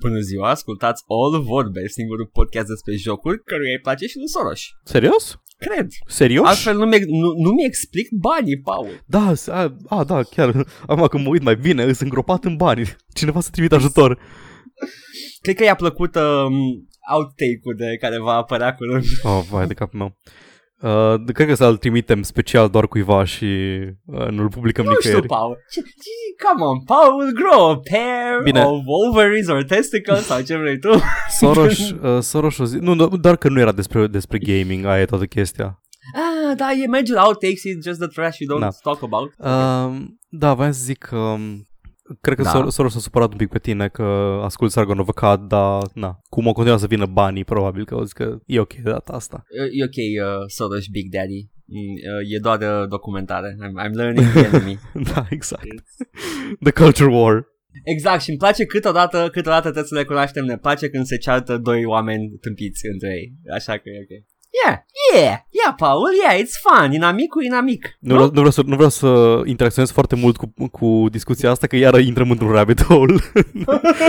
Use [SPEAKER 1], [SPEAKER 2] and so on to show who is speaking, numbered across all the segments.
[SPEAKER 1] Bună ziua, ascultați All Vorbe, singurul podcast despre jocuri căruia îi place și lui Soros.
[SPEAKER 2] Serios?
[SPEAKER 1] Cred.
[SPEAKER 2] Serios?
[SPEAKER 1] Altfel nu mi, nu, nu mi explic banii, Paul.
[SPEAKER 2] Da, s- a, a, da, chiar. Am că mă uit mai bine, sunt îngropat în bani. Cineva să trimite ajutor.
[SPEAKER 1] Cred că i-a plăcut um, outtake-ul de care va apărea curând.
[SPEAKER 2] Oh, vai de capul meu. Uh, cred că să-l trimitem special doar cuiva și uh, nu-l publicăm
[SPEAKER 1] Nu știu,
[SPEAKER 2] nicăieri.
[SPEAKER 1] Paul. Ce- ce- Come on, Paul, grow a pair
[SPEAKER 2] Bine.
[SPEAKER 1] of ovaries or testicles sau ce vrei tu.
[SPEAKER 2] Soros, uh, Soros o zi... Nu, do- doar că nu era despre, despre gaming, aia e toată chestia.
[SPEAKER 1] ah, da, e mergul outtakes, it's just the trash you don't
[SPEAKER 2] Da.
[SPEAKER 1] talk about.
[SPEAKER 2] Uh, da, voiam să zic că... um, Cred că
[SPEAKER 1] Da.
[SPEAKER 2] da. Soros a supărat un pic pe tine că ascult Sargon of Akkad, dar na, cum o continua să vină banii, probabil că o zic că e ok de data asta.
[SPEAKER 1] E e ok, uh, Soros Big Daddy. Mm, uh, e doar uh, documentare. I'm, I'm learning the enemy.
[SPEAKER 2] da, exact. The Culture War.
[SPEAKER 1] exact, și îmi place câteodată, câteodată trebuie să recunoaștem, ne place când se ceartă doi oameni tâmpiți între ei. Așa că e ok. Yeah, yeah, yeah, Paul, yeah, it's fun, inamicul inamic.
[SPEAKER 2] Nu vreau, nu, vreau să, nu vreau să interacționez foarte mult cu, cu discuția asta, că iară intrăm într-un rabbit hole. Ne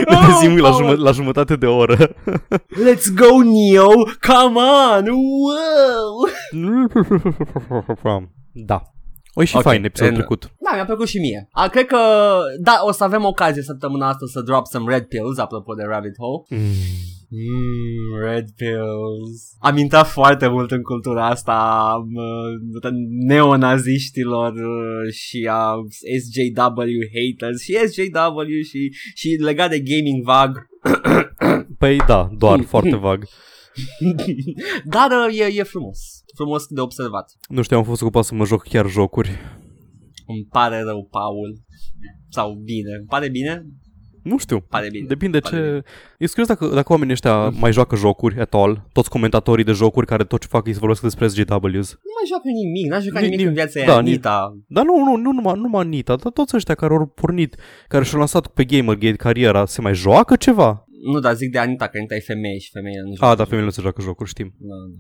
[SPEAKER 1] Oh,
[SPEAKER 2] zim la, jumă, la jumătate de oră.
[SPEAKER 1] Let's go, Neo! Come on! Wow!
[SPEAKER 2] da. O și
[SPEAKER 1] Ok,
[SPEAKER 2] okay, fain episodul
[SPEAKER 1] and-
[SPEAKER 2] trecut.
[SPEAKER 1] Da, mi-a plăcut și mie. A, cred că, da, o să avem ocazie săptămâna asta să drop some red pills, apropo de rabbit hole. Mm, red pills. Am intrat foarte mult în cultura asta mă, neonaziștilor uh, și a SJW haters și SJW și, și legat de gaming vag.
[SPEAKER 2] Păi da, doar
[SPEAKER 1] Hmm.
[SPEAKER 2] foarte vag.
[SPEAKER 1] Dar uh, e, e frumos. Frumos de observat.
[SPEAKER 2] Nu știu, am fost ocupat să mă joc chiar jocuri.
[SPEAKER 1] Îmi pare rău, Paul. Sau bine. Îmi pare bine?
[SPEAKER 2] Nu știu.
[SPEAKER 1] Pare bine.
[SPEAKER 2] Depinde
[SPEAKER 1] Pare
[SPEAKER 2] ce... Eu curios dacă, dacă oamenii ăștia mai joacă jocuri at all, toți comentatorii de jocuri care tot ce fac e să vorbesc despre SJWs.
[SPEAKER 1] Nu mai joacă nimic. N-a jucat
[SPEAKER 2] Ni-
[SPEAKER 1] nimic
[SPEAKER 2] ni-
[SPEAKER 1] în viața
[SPEAKER 2] da,
[SPEAKER 1] da,
[SPEAKER 2] ni-
[SPEAKER 1] Anita.
[SPEAKER 2] Dar nu, nu, nu numai, numai Nita, dar toți ăștia care au pornit, care și-au lansat pe Gamergate cariera, se mai joacă ceva?
[SPEAKER 1] Nu, dar zic de Anita, că Anita e femeie și femeia nu joacă.
[SPEAKER 2] A, da, femeile nu se joacă jocuri, știm.
[SPEAKER 1] Da, da.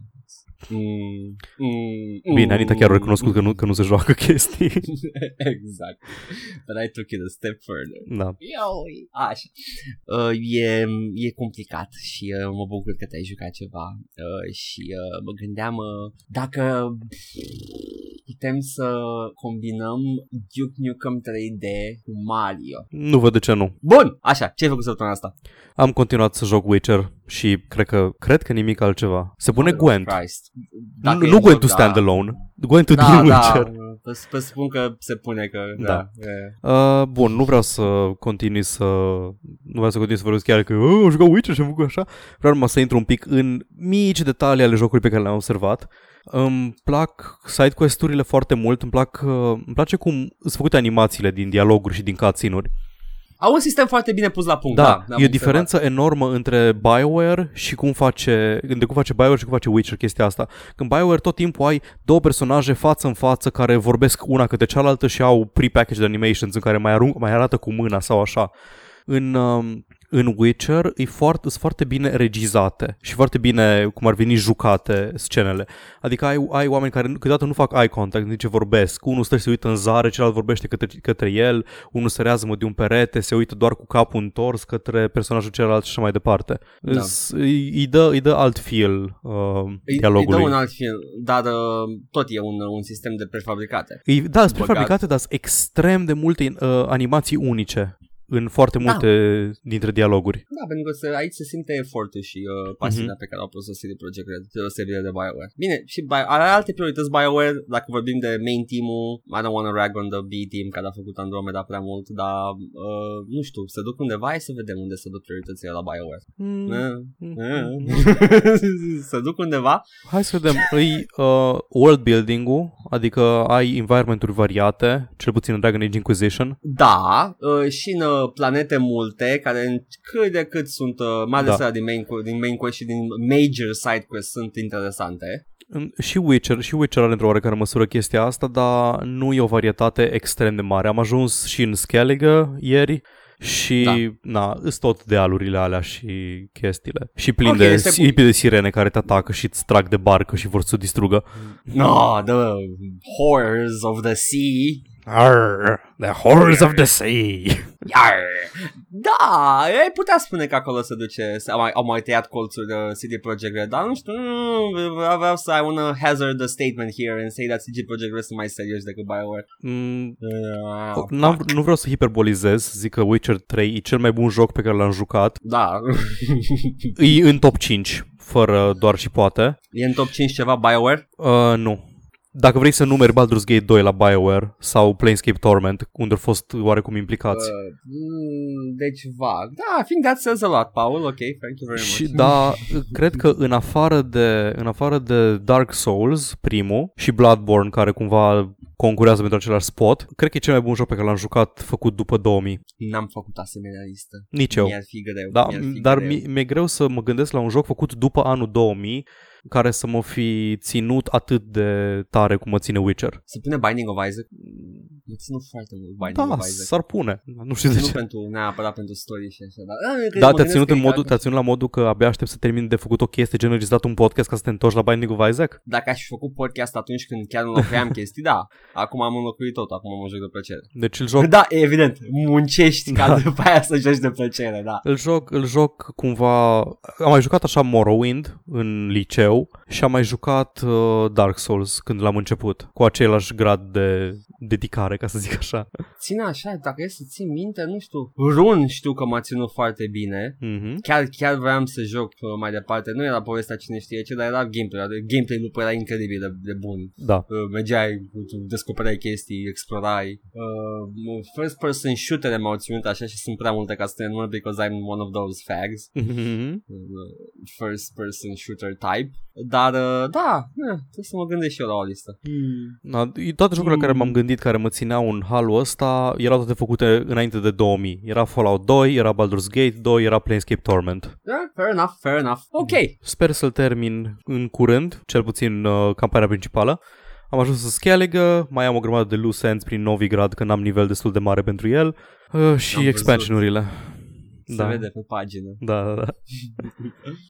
[SPEAKER 1] Mm, mm,
[SPEAKER 2] Bine,
[SPEAKER 1] mm.
[SPEAKER 2] Anita chiar a recunoscut că nu, că nu se joacă chestii.
[SPEAKER 1] exact. But I took it a step further.
[SPEAKER 2] da.
[SPEAKER 1] Ioi. Așa. Uh, e, e complicat și uh, mă bucur că te-ai jucat ceva uh, și uh, mă gândeam uh, dacă putem să combinăm Duke Nukem 3D cu Mario.
[SPEAKER 2] Nu văd de ce nu.
[SPEAKER 1] Bun, așa, ce ai făcut săptămâna asta?
[SPEAKER 2] Am continuat să joc Witcher și cred că, cred că nimic altceva. Se pune Gwent.
[SPEAKER 1] Oh, Christ.
[SPEAKER 2] Nu,
[SPEAKER 1] Da, Dacă e
[SPEAKER 2] nu Gwent to
[SPEAKER 1] tot, da.
[SPEAKER 2] standalone. Gwent to
[SPEAKER 1] Da,
[SPEAKER 2] din Witcher.
[SPEAKER 1] da, vă, vă spun că se pune că da.
[SPEAKER 2] Da.
[SPEAKER 1] e.
[SPEAKER 2] Uh, bun, nu vreau să continui să... Nu vreau să continui să vorbesc chiar că "Oh, am jucat Witcher și am făcut așa. Vreau numai să intru un pic în mici detalii ale jocului pe care le-am observat. Îmi plac side quest-urile foarte mult, îmi, plac, uh, îmi place cum sunt făcute animațiile din dialoguri și din cutscene-uri.
[SPEAKER 1] Au un sistem foarte bine pus la punct. Da,
[SPEAKER 2] Da,
[SPEAKER 1] am
[SPEAKER 2] e o
[SPEAKER 1] observat.
[SPEAKER 2] diferență enormă între BioWare și cum face, de cum face BioWare și cum face Witcher chestia asta. Când BioWare tot timpul ai două personaje față în față care vorbesc una câte cealaltă și au pre-packaged animations în care mai, arunc, mai arată cu mâna sau așa. În, um, în Witcher e foarte, sunt foarte bine regizate și foarte bine cum ar veni jucate scenele. Adică ai, ai oameni care câteodată nu fac eye contact în timp ce vorbesc. Unul stă și se uită în zare, celălalt vorbește către, către el, unul se reazmă de un perete, se uită doar cu capul întors către personajul celălalt și așa mai departe.
[SPEAKER 1] Da.
[SPEAKER 2] S- Îi, îi, dă, îi dă alt feel uh,
[SPEAKER 1] Îi-
[SPEAKER 2] dialogului.
[SPEAKER 1] Îi dă un alt film, dar uh, tot e un, un sistem de prefabricate.
[SPEAKER 2] Îi, da, sunt
[SPEAKER 1] Băgat.
[SPEAKER 2] prefabricate, dar sunt extrem de multe uh, animații unice în foarte multe da. dintre dialoguri.
[SPEAKER 1] Da, pentru că se, aici se simte efortul și uh, pasiunea
[SPEAKER 2] Mhm.
[SPEAKER 1] pe care au pus-o CD Projekt Red, deosebire de BioWare. Bine, și Bio, are alte priorități BioWare, dacă vorbim de main team-ul, I don't want to rag on the B-team care a făcut Andromeda prea mult, dar uh, nu știu, se duc undeva, hai să vedem unde se duc prioritățile la BioWare.
[SPEAKER 2] Mm.
[SPEAKER 1] Mm. se duc undeva
[SPEAKER 2] Hai să vedem. Îi uh, world building-ul, adică ai environment-uri variate, cel puțin în Dragon Age Inquisition.
[SPEAKER 1] Da, uh, și în uh, planete multe care în cât de cât sunt, uh, mai ales
[SPEAKER 2] Da.
[SPEAKER 1] da. din, main, cu- din main quest și din major side quest sunt interesante.
[SPEAKER 2] În- Și Witcher, și Witcher are într-o oarecare măsură chestia asta, dar nu e o varietate extrem de mare. Am ajuns și în Skellige ieri și, da. na, sunt tot dealurile alea și chestiile. Și plin
[SPEAKER 1] Ok,
[SPEAKER 2] okay, de,
[SPEAKER 1] este
[SPEAKER 2] si- plin de sirene care te atacă și îți trag de barcă și vor să o distrugă.
[SPEAKER 1] No, the horrors of the sea.
[SPEAKER 3] Arr, the horrors of the sea.
[SPEAKER 1] Iar. Da, ai putea spune că acolo se duce, se- au mai, au mai tăiat colțul de CD Projekt Red, dar nu știu, nu, vreau să ai un uh, hazard a statement here and say that CD Projekt Red sunt mai serioși decât Bioware.
[SPEAKER 2] Mm,
[SPEAKER 1] Uh,
[SPEAKER 2] n-am, nu vreau să hiperbolizez, zic că Witcher 3 e cel mai bun joc pe care l-am jucat.
[SPEAKER 1] Da,
[SPEAKER 2] E în top 5, fără doar și poate.
[SPEAKER 1] e în top 5 ceva Bioware?
[SPEAKER 2] Uh, nu. Dacă vrei să numeri Baldur's Gate 2 la BioWare sau Planescape Torment, unde au fost oarecum implicați.
[SPEAKER 1] Uh, mm, deci vag. Da, I think that says a lot, Paul. Ok, thank you very much.
[SPEAKER 2] Și da, cred că în afară de în afară de Dark Souls, primul, și Bloodborne care cumva concurează pentru același spot, cred că e cel mai bun joc pe care l-am jucat făcut după 2000.
[SPEAKER 1] N-am făcut asemenea listă.
[SPEAKER 2] Nici eu.
[SPEAKER 1] Mi-ar fi greu.
[SPEAKER 2] Da,
[SPEAKER 1] mi-ar fi
[SPEAKER 2] dar
[SPEAKER 1] greu.
[SPEAKER 2] mi- mi-e greu să mă gândesc la un joc făcut după anul 2000 care să mă fi ținut atât de tare cum mă ține Witcher.
[SPEAKER 1] Se pune Binding of Isaac? Mm, Mă ținut foarte mult Binding
[SPEAKER 2] Da,
[SPEAKER 1] of Isaac.
[SPEAKER 2] s-ar pune. Nu știu de
[SPEAKER 1] Nu
[SPEAKER 2] ce.
[SPEAKER 1] pentru, neapărat pentru story și așa, dar... Ah, că
[SPEAKER 2] Da,
[SPEAKER 1] mă
[SPEAKER 2] te-a
[SPEAKER 1] gândesc
[SPEAKER 2] ținut,
[SPEAKER 1] că
[SPEAKER 2] în
[SPEAKER 1] e
[SPEAKER 2] modul,
[SPEAKER 1] ca-
[SPEAKER 2] te-a ținut la modul că abia aștept să termin de făcut o chestie, gen înregistrat un podcast ca să te întorci la Binding of Isaac?
[SPEAKER 1] Dacă aș fi făcut podcast atunci când chiar nu locuiam chestii, da. Acum am înlocuit tot, acum mă joc de plăcere.
[SPEAKER 2] Deci îl joc
[SPEAKER 1] Da, evident, muncești da.
[SPEAKER 2] Da.
[SPEAKER 1] ca după aia să joci de plăcere, da.
[SPEAKER 2] Îl joc, îl joc cumva... Am mai jucat așa Morrowind în liceu și am mai jucat uh, Dark Souls când l-am început, cu același grad de dedicare, ca să zic așa.
[SPEAKER 1] Ține așa, dacă e să țin minte, nu știu, Run știu că m-a ținut foarte bine.
[SPEAKER 2] Mm-hmm.
[SPEAKER 1] Chiar, chiar vreau să joc uh, mai departe. Nu era povestea cine știe ce, dar era gameplay. adică Gameplay-ul era incredibil de, de bun.
[SPEAKER 2] Da.
[SPEAKER 1] Uh, mergeai, descoperai chestii, explorai. Uh, first person shooter m-au ținut așa și sunt prea multe ca să te enumăr because I'm one of those fags.
[SPEAKER 2] Mm-hmm.
[SPEAKER 1] Uh, first person shooter type. Dar uh, da, na, trebuie să mă gândesc și eu la o listă.
[SPEAKER 2] Da, e- toate jocurile
[SPEAKER 1] Mm.
[SPEAKER 2] care m-am gândit care mă țineau în halul ăsta erau toate făcute înainte de 2000. Era Fallout 2, era Baldur's Gate 2, era Planescape Torment.
[SPEAKER 1] Yeah, Da, fair enough, fair enough. Ok.
[SPEAKER 2] Sper să-l termin în curând, cel puțin uh, campania principală. Am ajuns în Skellige, mai am o grămadă de loose ends prin Novigrad când am nivel destul de mare pentru el uh,
[SPEAKER 1] Am
[SPEAKER 2] și
[SPEAKER 1] văzut.
[SPEAKER 2] expansionurile.
[SPEAKER 1] Se
[SPEAKER 2] Da.
[SPEAKER 1] vede pe pagină.
[SPEAKER 2] Da, da, da,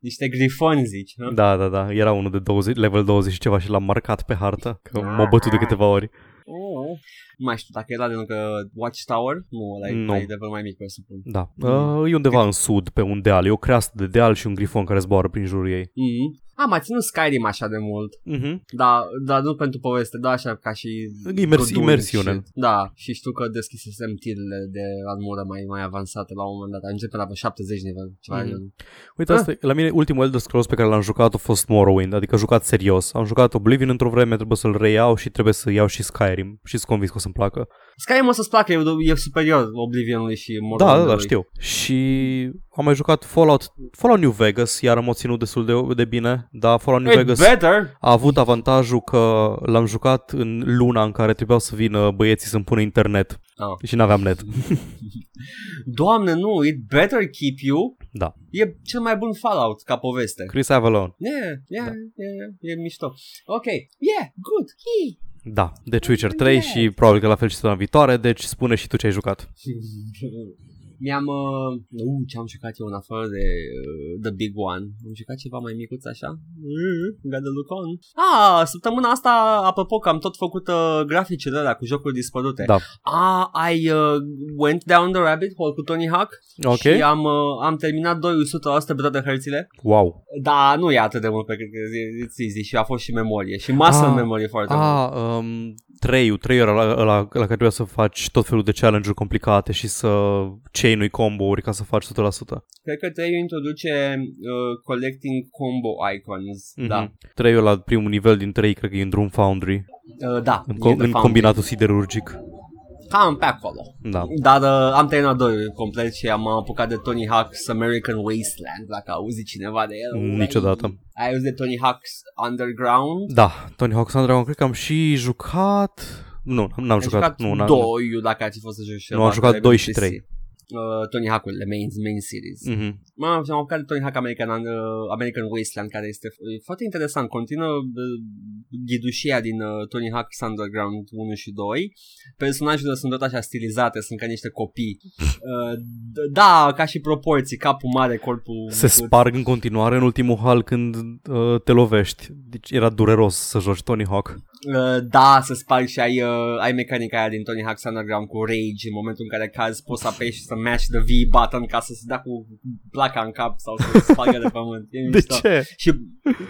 [SPEAKER 1] Niște grifoni, zici, nu?
[SPEAKER 2] da, da, da, era unul de 20, level 20 și ceva și l-am marcat pe hartă, că m-a bătut de câteva ori.
[SPEAKER 1] Oh. Nu mai știu dacă era de lângă Watchtower. Nu, ăla e
[SPEAKER 2] Nu.
[SPEAKER 1] mai level mai mic, presupun.
[SPEAKER 2] Da,
[SPEAKER 1] Mm.
[SPEAKER 2] uh, e undeva în sud, pe un deal, e o creastă de deal și un grifon care zboară prin jurul ei.
[SPEAKER 1] Mm-hmm. Am mai ținut Skyrim așa de mult.
[SPEAKER 2] Mhm.
[SPEAKER 1] Da, dar nu pentru poveste, da, așa ca și...
[SPEAKER 2] Imers-
[SPEAKER 1] godul
[SPEAKER 2] imersiune.
[SPEAKER 1] și- Da, și știu că deschisesem tirile de armură mai, mai avansate la un moment dat. Ajungem pe la vreo 70 nivel, ceva
[SPEAKER 2] Mhm.
[SPEAKER 1] de genul.
[SPEAKER 2] Uite,
[SPEAKER 1] Ah.
[SPEAKER 2] asta, e- la mine ultimul Elder Scrolls pe care l-am jucat a fost Morrowind, adică a jucat serios. Am jucat Oblivion într-o vreme, trebuie să-l reiau și trebuie să iau și Skyrim și sunt convins că o să-mi placă.
[SPEAKER 1] Skyrim o să-ți placă, e, e superior Oblivionului și
[SPEAKER 2] Da, da,
[SPEAKER 1] Morrowindului.
[SPEAKER 2] da, știu. Și am mai jucat Fallout, Fallout New Vegas, iar am ținut destul de, de bine, dar Fallout New
[SPEAKER 1] It
[SPEAKER 2] Vegas
[SPEAKER 1] better!
[SPEAKER 2] a avut avantajul că l-am jucat în luna în care trebuiau să vină băieții să-mi pună internet
[SPEAKER 1] Ah.
[SPEAKER 2] și n-aveam net.
[SPEAKER 1] Doamne, nu, it better keep you.
[SPEAKER 2] Da.
[SPEAKER 1] E cel mai bun Fallout ca poveste.
[SPEAKER 2] Chris Avalon.
[SPEAKER 1] Yeah, yeah,
[SPEAKER 2] Da.
[SPEAKER 1] yeah, yeah, e mișto. Ok, yeah, good, Hee.
[SPEAKER 2] Da, deci Witcher 3 și probabil că la fel și săptămâna viitoare, deci spune și tu ce ai jucat.
[SPEAKER 1] Mi-am... Uh, uh, ce am jucat eu în afară de uh, The Big One? Am jucat ceva mai micuț așa? Uh, got the look on. Ah, săptămâna asta, apropo, că am tot făcut uh, graficele alea cu jocuri dispărute.
[SPEAKER 2] Da.
[SPEAKER 1] Ah, I uh, went down the rabbit hole cu Tony Hawk
[SPEAKER 2] Ok.
[SPEAKER 1] și am, uh, am terminat 200% pe toate hărțile.
[SPEAKER 2] Wow.
[SPEAKER 1] Da, nu e atât de mult pe cât e- it's easy și a fost și memorie și muscle
[SPEAKER 2] Ah.
[SPEAKER 1] memory foarte mult.
[SPEAKER 2] Ah, um, treiul, treiul ăla, ăla, la care trebuia să faci tot felul de challenge-uri complicate și să chain-ui combo-uri ca să faci 100%.
[SPEAKER 1] Cred că 3 introduce uh, collecting combo icons.
[SPEAKER 2] Mhm.
[SPEAKER 1] Mm-hmm. Da.
[SPEAKER 2] Treiul la primul nivel din trei, cred că e în Drum Foundry,
[SPEAKER 1] Uh, da.
[SPEAKER 2] în,
[SPEAKER 1] e
[SPEAKER 2] co-
[SPEAKER 1] de
[SPEAKER 2] în
[SPEAKER 1] fapt.
[SPEAKER 2] combinatul siderurgic.
[SPEAKER 1] Cam pe acolo.
[SPEAKER 2] Da.
[SPEAKER 1] Dar uh, am terminat doi complet și am apucat de Tony Hawk's American Wasteland, dacă auzi cineva de el.
[SPEAKER 2] Mm, Niciodată.
[SPEAKER 1] Ai auzit de Tony Hawk's Underground?
[SPEAKER 2] Da, Tony Hawk's Underground, cred că am și jucat... Nu, n-am
[SPEAKER 1] Ai
[SPEAKER 2] jucat. nu, n-am,
[SPEAKER 1] Doi, dacă ar fi fost să joci
[SPEAKER 2] Nu, am jucat
[SPEAKER 1] trebuie
[SPEAKER 2] doi și
[SPEAKER 1] pe
[SPEAKER 2] trei.
[SPEAKER 1] uh, Tony Hawk-urile, main, main series. Mm.
[SPEAKER 2] Mhm.
[SPEAKER 1] M-am am apucat de Tony Hawk American, uh, American Wasteland, care este e foarte interesant. Continuă uh, ghidușia din uh, Tony Hawk Underground 1 și 2. Personajele sunt tot așa stilizate, sunt ca niște copii. Uh, d- da, ca și proporții, capul mare, corpul...
[SPEAKER 2] Se sparg în continuare în ultimul hal când uh, te lovești. Deci era dureros să joci Tony Hawk.
[SPEAKER 1] Uh, da, să spargi și ai, uh, ai mecanica aia din Tony Hawk's Underground cu rage în momentul în care cazi poți să apeși și să mash the V button ca să se dea cu placa în cap sau să spargă de pământ. E
[SPEAKER 2] De
[SPEAKER 1] mișto.
[SPEAKER 2] ce?
[SPEAKER 1] Și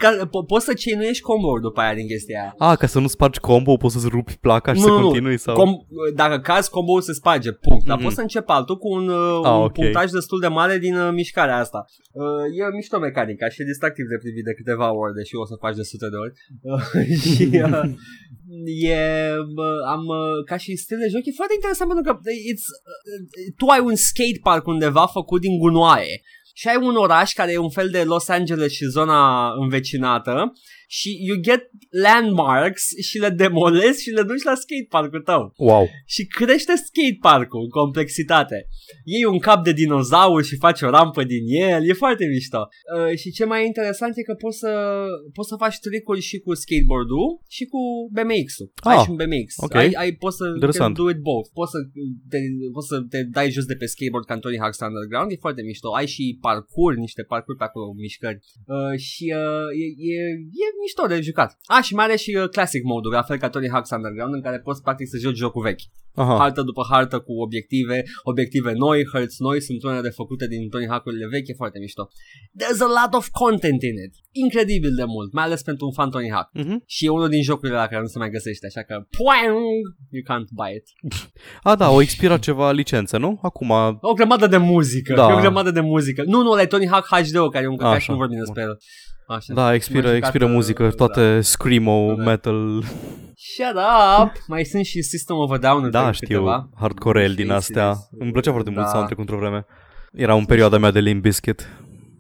[SPEAKER 1] ca, po- poți să cenuiești combo după aia din chestia aia.
[SPEAKER 2] A, ca să nu spargi combo, poți să-ți rupi placa și
[SPEAKER 1] Nu,
[SPEAKER 2] să
[SPEAKER 1] nu, nu.
[SPEAKER 2] continui sau...
[SPEAKER 1] Com, dacă cazi, combo se spage, punct. Dar
[SPEAKER 2] Mhm.
[SPEAKER 1] poți să începi altul cu un, uh,
[SPEAKER 2] Ah,
[SPEAKER 1] un
[SPEAKER 2] ok.
[SPEAKER 1] punctaj destul de mare din uh, mișcarea asta. Uh, e mișto mecanica și e distractiv de privit de câteva ori, deși o să faci de sute de ori. Uh, și uh, e, bă, am, uh, ca și stil de joc, e foarte interesant pentru că it's, uh, tu ai un skate park undeva făcut din gunoaie. Și ai un oraș care e un fel de Los Angeles și zona învecinată și you get landmarks și le demolezi și le duci la skatepark-ul tău
[SPEAKER 2] Wow.
[SPEAKER 1] și crește skatepark-ul în complexitate. Iei un cap de dinozaur și faci o rampă din el, e foarte mișto. Uh, și ce mai e interesant e că poți să, poți să faci tricuri și cu skateboard-ul și cu BMX-ul. Ah, ai
[SPEAKER 2] Ah,
[SPEAKER 1] și un BMX.
[SPEAKER 2] ok.
[SPEAKER 1] Ai, ai, poți să
[SPEAKER 2] Interesant.
[SPEAKER 1] can do it both. Poți să, te, poți să te dai jos de pe skateboard ca în Tony Hawk's Underground, e foarte mișto. Ai și parcuri, niște parcuri pe acolo, mișcări. Uh, și uh, e, e, e mișto de jucat. Ah, și mai are și uh, classic mode-ul, la fel ca Tony Hawk's Underground, în care poți practic să joci jocul vechi
[SPEAKER 2] Aha.
[SPEAKER 1] hartă după hartă cu obiective, obiective noi, hărți noi, sunt unele făcute din Tony Hawk-urile vechi, e foarte mișto. There's a lot of content in it. Incredibil de mult, mai ales pentru un fan Tony Hawk.
[SPEAKER 2] Mhm.
[SPEAKER 1] Și e unul din jocurile la care nu se mai găsește, așa că poang, you can't buy it.
[SPEAKER 2] A, da, o expira ceva licență, nu? Acum...
[SPEAKER 1] O grămadă de muzică,
[SPEAKER 2] Da.
[SPEAKER 1] da. o grămadă de muzică. Nu, nu, la Tony Hawk HD, care e un căcaș,
[SPEAKER 2] Așa.
[SPEAKER 1] nu vorbim despre el. Așa.
[SPEAKER 2] Da, expiră,
[SPEAKER 1] Mai jucat,
[SPEAKER 2] expiră
[SPEAKER 1] uh,
[SPEAKER 2] muzică, toate screamo,
[SPEAKER 1] Da.
[SPEAKER 2] metal,
[SPEAKER 1] Shut up! Mai sunt și System of a Down
[SPEAKER 2] da, știu,
[SPEAKER 1] câteva.
[SPEAKER 2] hardcore el
[SPEAKER 1] Și
[SPEAKER 2] din astea.
[SPEAKER 1] serios.
[SPEAKER 2] Îmi plăcea foarte mult
[SPEAKER 1] Da.
[SPEAKER 2] soundtrack într-o vreme. Era în perioada mea de Limp Bizkit.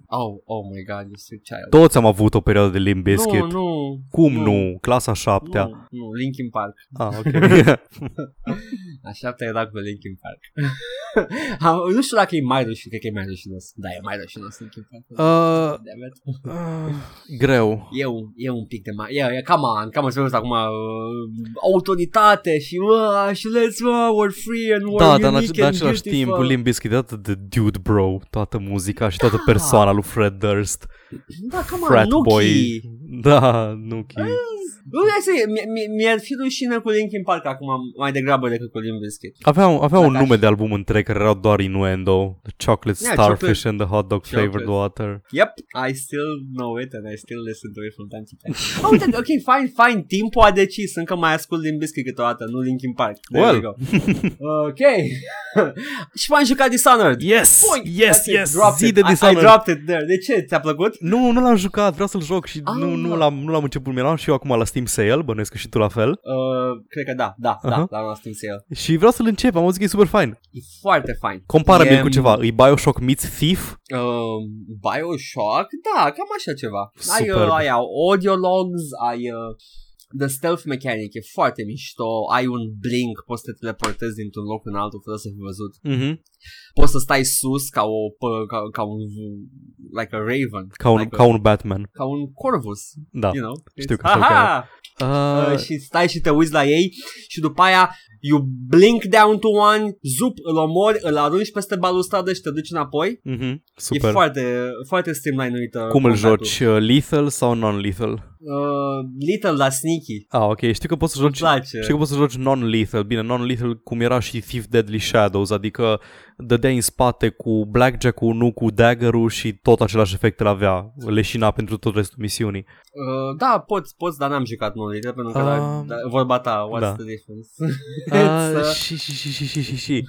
[SPEAKER 1] Oh, oh my god, you sweet child.
[SPEAKER 2] Toți am avut o perioadă de Limp Bizkit.
[SPEAKER 1] nu, nu,
[SPEAKER 2] Cum nu? Clasa 7
[SPEAKER 1] Nu, nu, Linkin Park.
[SPEAKER 2] Ah, ok.
[SPEAKER 1] A șaptea era cu Linkin Park. Am- nu știu dacă e mai rușinos, cred că e mai rușinos. Da, e mai rușinos Linkin Park.
[SPEAKER 2] uh,
[SPEAKER 1] Damn it.
[SPEAKER 2] uh, greu.
[SPEAKER 1] E un, e un pic de mai... E, e cam on, cam serios acum uh, autoritate și uh, și let's uh, we're free and we're
[SPEAKER 2] Da,
[SPEAKER 1] unique
[SPEAKER 2] dar
[SPEAKER 1] and
[SPEAKER 2] în ace- în același timp,
[SPEAKER 1] beautiful.
[SPEAKER 2] Limp Bizkit e atât de dude bro, toată muzica și
[SPEAKER 1] Ah.
[SPEAKER 2] toată persoana lui Fred Durst,
[SPEAKER 1] Da, come on,
[SPEAKER 2] frat
[SPEAKER 1] Nuki.
[SPEAKER 2] boy. Da, Nuki.
[SPEAKER 1] Nu, hai să zic, mi- mi- mi-ar fi rușine cu Linkin Park acum mai degrabă decât cu Limp Bizkit.
[SPEAKER 2] Avea un, avea
[SPEAKER 1] Da,
[SPEAKER 2] un
[SPEAKER 1] da.
[SPEAKER 2] nume de album întreg care erau doar innuendo. The Chocolate
[SPEAKER 1] Yeah,
[SPEAKER 2] Starfish
[SPEAKER 1] chocolate-
[SPEAKER 2] and the Hot Dog Flavored
[SPEAKER 1] chocolate.
[SPEAKER 2] Water.
[SPEAKER 1] Yep, I still know it and I still listen to it from time to time. Oh, uite, ok, fine, fine, timpul a decis, încă mai ascult din Biscuit câteodată, nu Linkin Park. There
[SPEAKER 2] Well.
[SPEAKER 1] we go. Ok. și m-am jucat Dishonored.
[SPEAKER 3] Yes,
[SPEAKER 1] Point.
[SPEAKER 3] yes,
[SPEAKER 1] That's it,
[SPEAKER 3] yes.
[SPEAKER 1] dropped
[SPEAKER 2] zi
[SPEAKER 1] it.
[SPEAKER 2] de
[SPEAKER 1] I, I
[SPEAKER 2] Dishonored.
[SPEAKER 1] dropped it there. De ce? Ți-a plăcut?
[SPEAKER 2] Nu, nu l-am jucat, vreau să-l joc și
[SPEAKER 1] Ah.
[SPEAKER 2] nu, nu, l-am, nu l-am început. Mi-l am și eu acum la Steam Sale, bănuiesc că și tu la fel.
[SPEAKER 1] Uh, cred că da, da, da,
[SPEAKER 2] Aha.
[SPEAKER 1] l-am astins el.
[SPEAKER 2] Și vreau să-l încep, am auzit că e super fain.
[SPEAKER 1] E foarte fain.
[SPEAKER 2] Comparabil
[SPEAKER 1] E,
[SPEAKER 2] cu ceva, e Bioshock meets Thief?
[SPEAKER 1] Uh, Bioshock, da, cam așa ceva. Ai,
[SPEAKER 2] Superb.
[SPEAKER 1] uh, ai audiologs, ai uh, the stealth mechanic, e foarte mișto, ai un blink, poți să te teleportezi dintr-un loc în altul fără să fi văzut.
[SPEAKER 2] Mm-hmm.
[SPEAKER 1] Poți să stai sus ca, o, pă- ca, ca un, like a raven,
[SPEAKER 2] Ca, un,
[SPEAKER 1] Like a-
[SPEAKER 2] ca un Batman,
[SPEAKER 1] ca un corvus,
[SPEAKER 2] da.
[SPEAKER 1] you know?
[SPEAKER 2] știu
[SPEAKER 1] It's-
[SPEAKER 2] că așa
[SPEAKER 1] Aha!
[SPEAKER 2] Uh,
[SPEAKER 1] Uh, și stai și te uiți la ei și după aia you blink down to one, zup, îl omori, îl arunci peste balustradă și te duci înapoi.
[SPEAKER 2] mm-hmm.
[SPEAKER 1] E
[SPEAKER 2] Super.
[SPEAKER 1] foarte, foarte streamline-uită
[SPEAKER 2] Cum îl
[SPEAKER 1] combatul.
[SPEAKER 2] joci? Uh, lethal sau non-lethal?
[SPEAKER 1] Uh, Little la Sneaky.
[SPEAKER 2] Ah, ok, știu că poți să joci...
[SPEAKER 1] Îmi place.
[SPEAKER 2] Știu că poți să joci non-lethal, bine, non-lethal cum era și Thief Deadly Shadows, adică dădeai în spate cu blackjack-ul, nu cu dagger-ul și tot același efect îl avea, leșina pentru tot restul misiunii.
[SPEAKER 1] Uh, da, poți, poți, dar n-am jucat non Little pentru că
[SPEAKER 2] Ah.
[SPEAKER 1] da, da, vorba ta, what's da.
[SPEAKER 2] Da.
[SPEAKER 1] the difference?
[SPEAKER 2] A,
[SPEAKER 1] It's, uh,
[SPEAKER 2] Ah, și, și, și, și, și, și, și.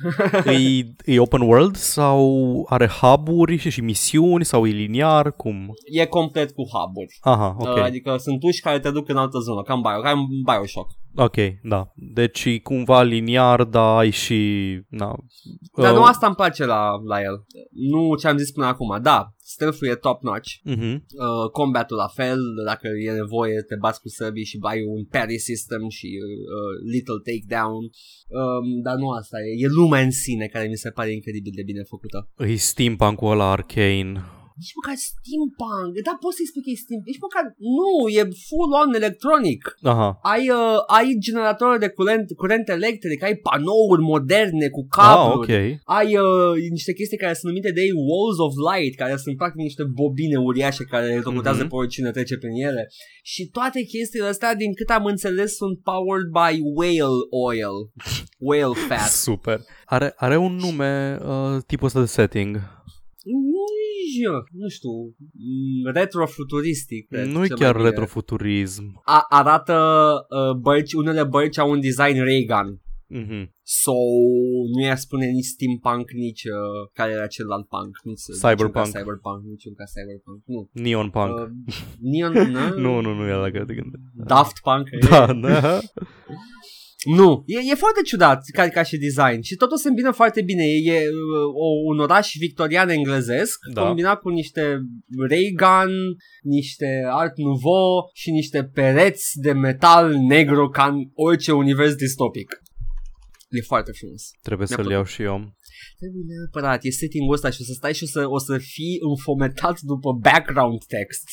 [SPEAKER 2] e, e open world sau are hub-uri și, și misiuni sau e liniar, cum?
[SPEAKER 1] e complet cu hub-uri.
[SPEAKER 2] Aha,
[SPEAKER 1] Uh,
[SPEAKER 2] ok.
[SPEAKER 1] Adică sunt uși care te duc în altă zonă, ca în, bio, ca în Bioshock.
[SPEAKER 2] Ok, da. Deci e cumva liniar, dar ai și... Na, Uh,
[SPEAKER 1] Dar nu asta îmi place la, la el. Nu ce am zis până acum. Da, stealth e top-notch.
[SPEAKER 2] Uh-huh.
[SPEAKER 1] Uh, combatul la fel, dacă e nevoie te bați cu săbii și ai un parry system și uh, little takedown, um, dar nu asta e, e lumea în sine care mi se pare incredibil de bine făcută.
[SPEAKER 2] E steampunk cu ăla arcane.
[SPEAKER 1] Nici măcar steampunk, da poți să-i spui că e steampunk, nici măcar nu, e full-on electronic.
[SPEAKER 2] Aha. Ah,
[SPEAKER 1] Ai, uh, ai generatoare de curent, curent electric, ai panouri moderne cu cabluri,
[SPEAKER 2] Ah, ok.
[SPEAKER 1] ai uh, niște chestii care sunt numite de ei Walls of Light, care sunt practic niște bobine uriașe care electrocutează
[SPEAKER 2] Mhm.
[SPEAKER 1] mm-hmm. pe oricine trece prin ele. Și toate chestiile astea, din cât am înțeles, sunt powered by whale oil, whale fat.
[SPEAKER 2] Super. Are, are un nume uh, tipul ăsta de setting.
[SPEAKER 1] Nici, nu știu, m, retrofuturistic. cred,
[SPEAKER 2] Nu e
[SPEAKER 1] cel
[SPEAKER 2] chiar
[SPEAKER 1] mai bine.
[SPEAKER 2] retrofuturism.
[SPEAKER 1] A- arată uh, bărci, unele bărci au un design Reagan.
[SPEAKER 2] Mm-hmm.
[SPEAKER 1] So, nu i-a spune nici steampunk, nici uh, care era celălalt punk, nici Niciun
[SPEAKER 2] Cyberpunk.
[SPEAKER 1] ca cyberpunk, niciun ca cyberpunk, nu.
[SPEAKER 2] Neon punk.
[SPEAKER 1] Uh, Neon, na?
[SPEAKER 2] nu, nu, nu e la care te gândești.
[SPEAKER 1] Daft Punk.
[SPEAKER 2] Da, da.
[SPEAKER 1] Nu, e, e foarte ciudat ca, ca și design și totul se îmbină foarte bine. E, e uh, o, un oraș victorian englezesc
[SPEAKER 2] Da.
[SPEAKER 1] da. combinat cu niște ray gun, niște art nouveau și niște pereți de metal negru ca în orice univers distopic. E foarte frumos.
[SPEAKER 2] Trebuie să-l
[SPEAKER 1] plăcut.
[SPEAKER 2] iau și eu.
[SPEAKER 1] Trebuie neapărat, e setting-ul ăsta și o să stai și o să, o să fii înfometat după background text.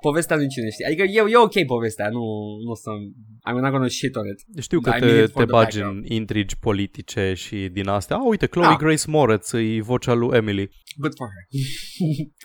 [SPEAKER 1] Povestea nu cine știe. Adică eu, e ok povestea, nu, nu o să... I'm not gonna shit on it.
[SPEAKER 2] Știu că
[SPEAKER 1] Da, I mean
[SPEAKER 2] te,
[SPEAKER 1] it for
[SPEAKER 2] te
[SPEAKER 1] the
[SPEAKER 2] bagi în
[SPEAKER 1] background.
[SPEAKER 2] intrigi politice și din astea. A, uite, Chloe
[SPEAKER 1] Ah.
[SPEAKER 2] Grace Moretz e vocea lui Emily.
[SPEAKER 1] Good for her.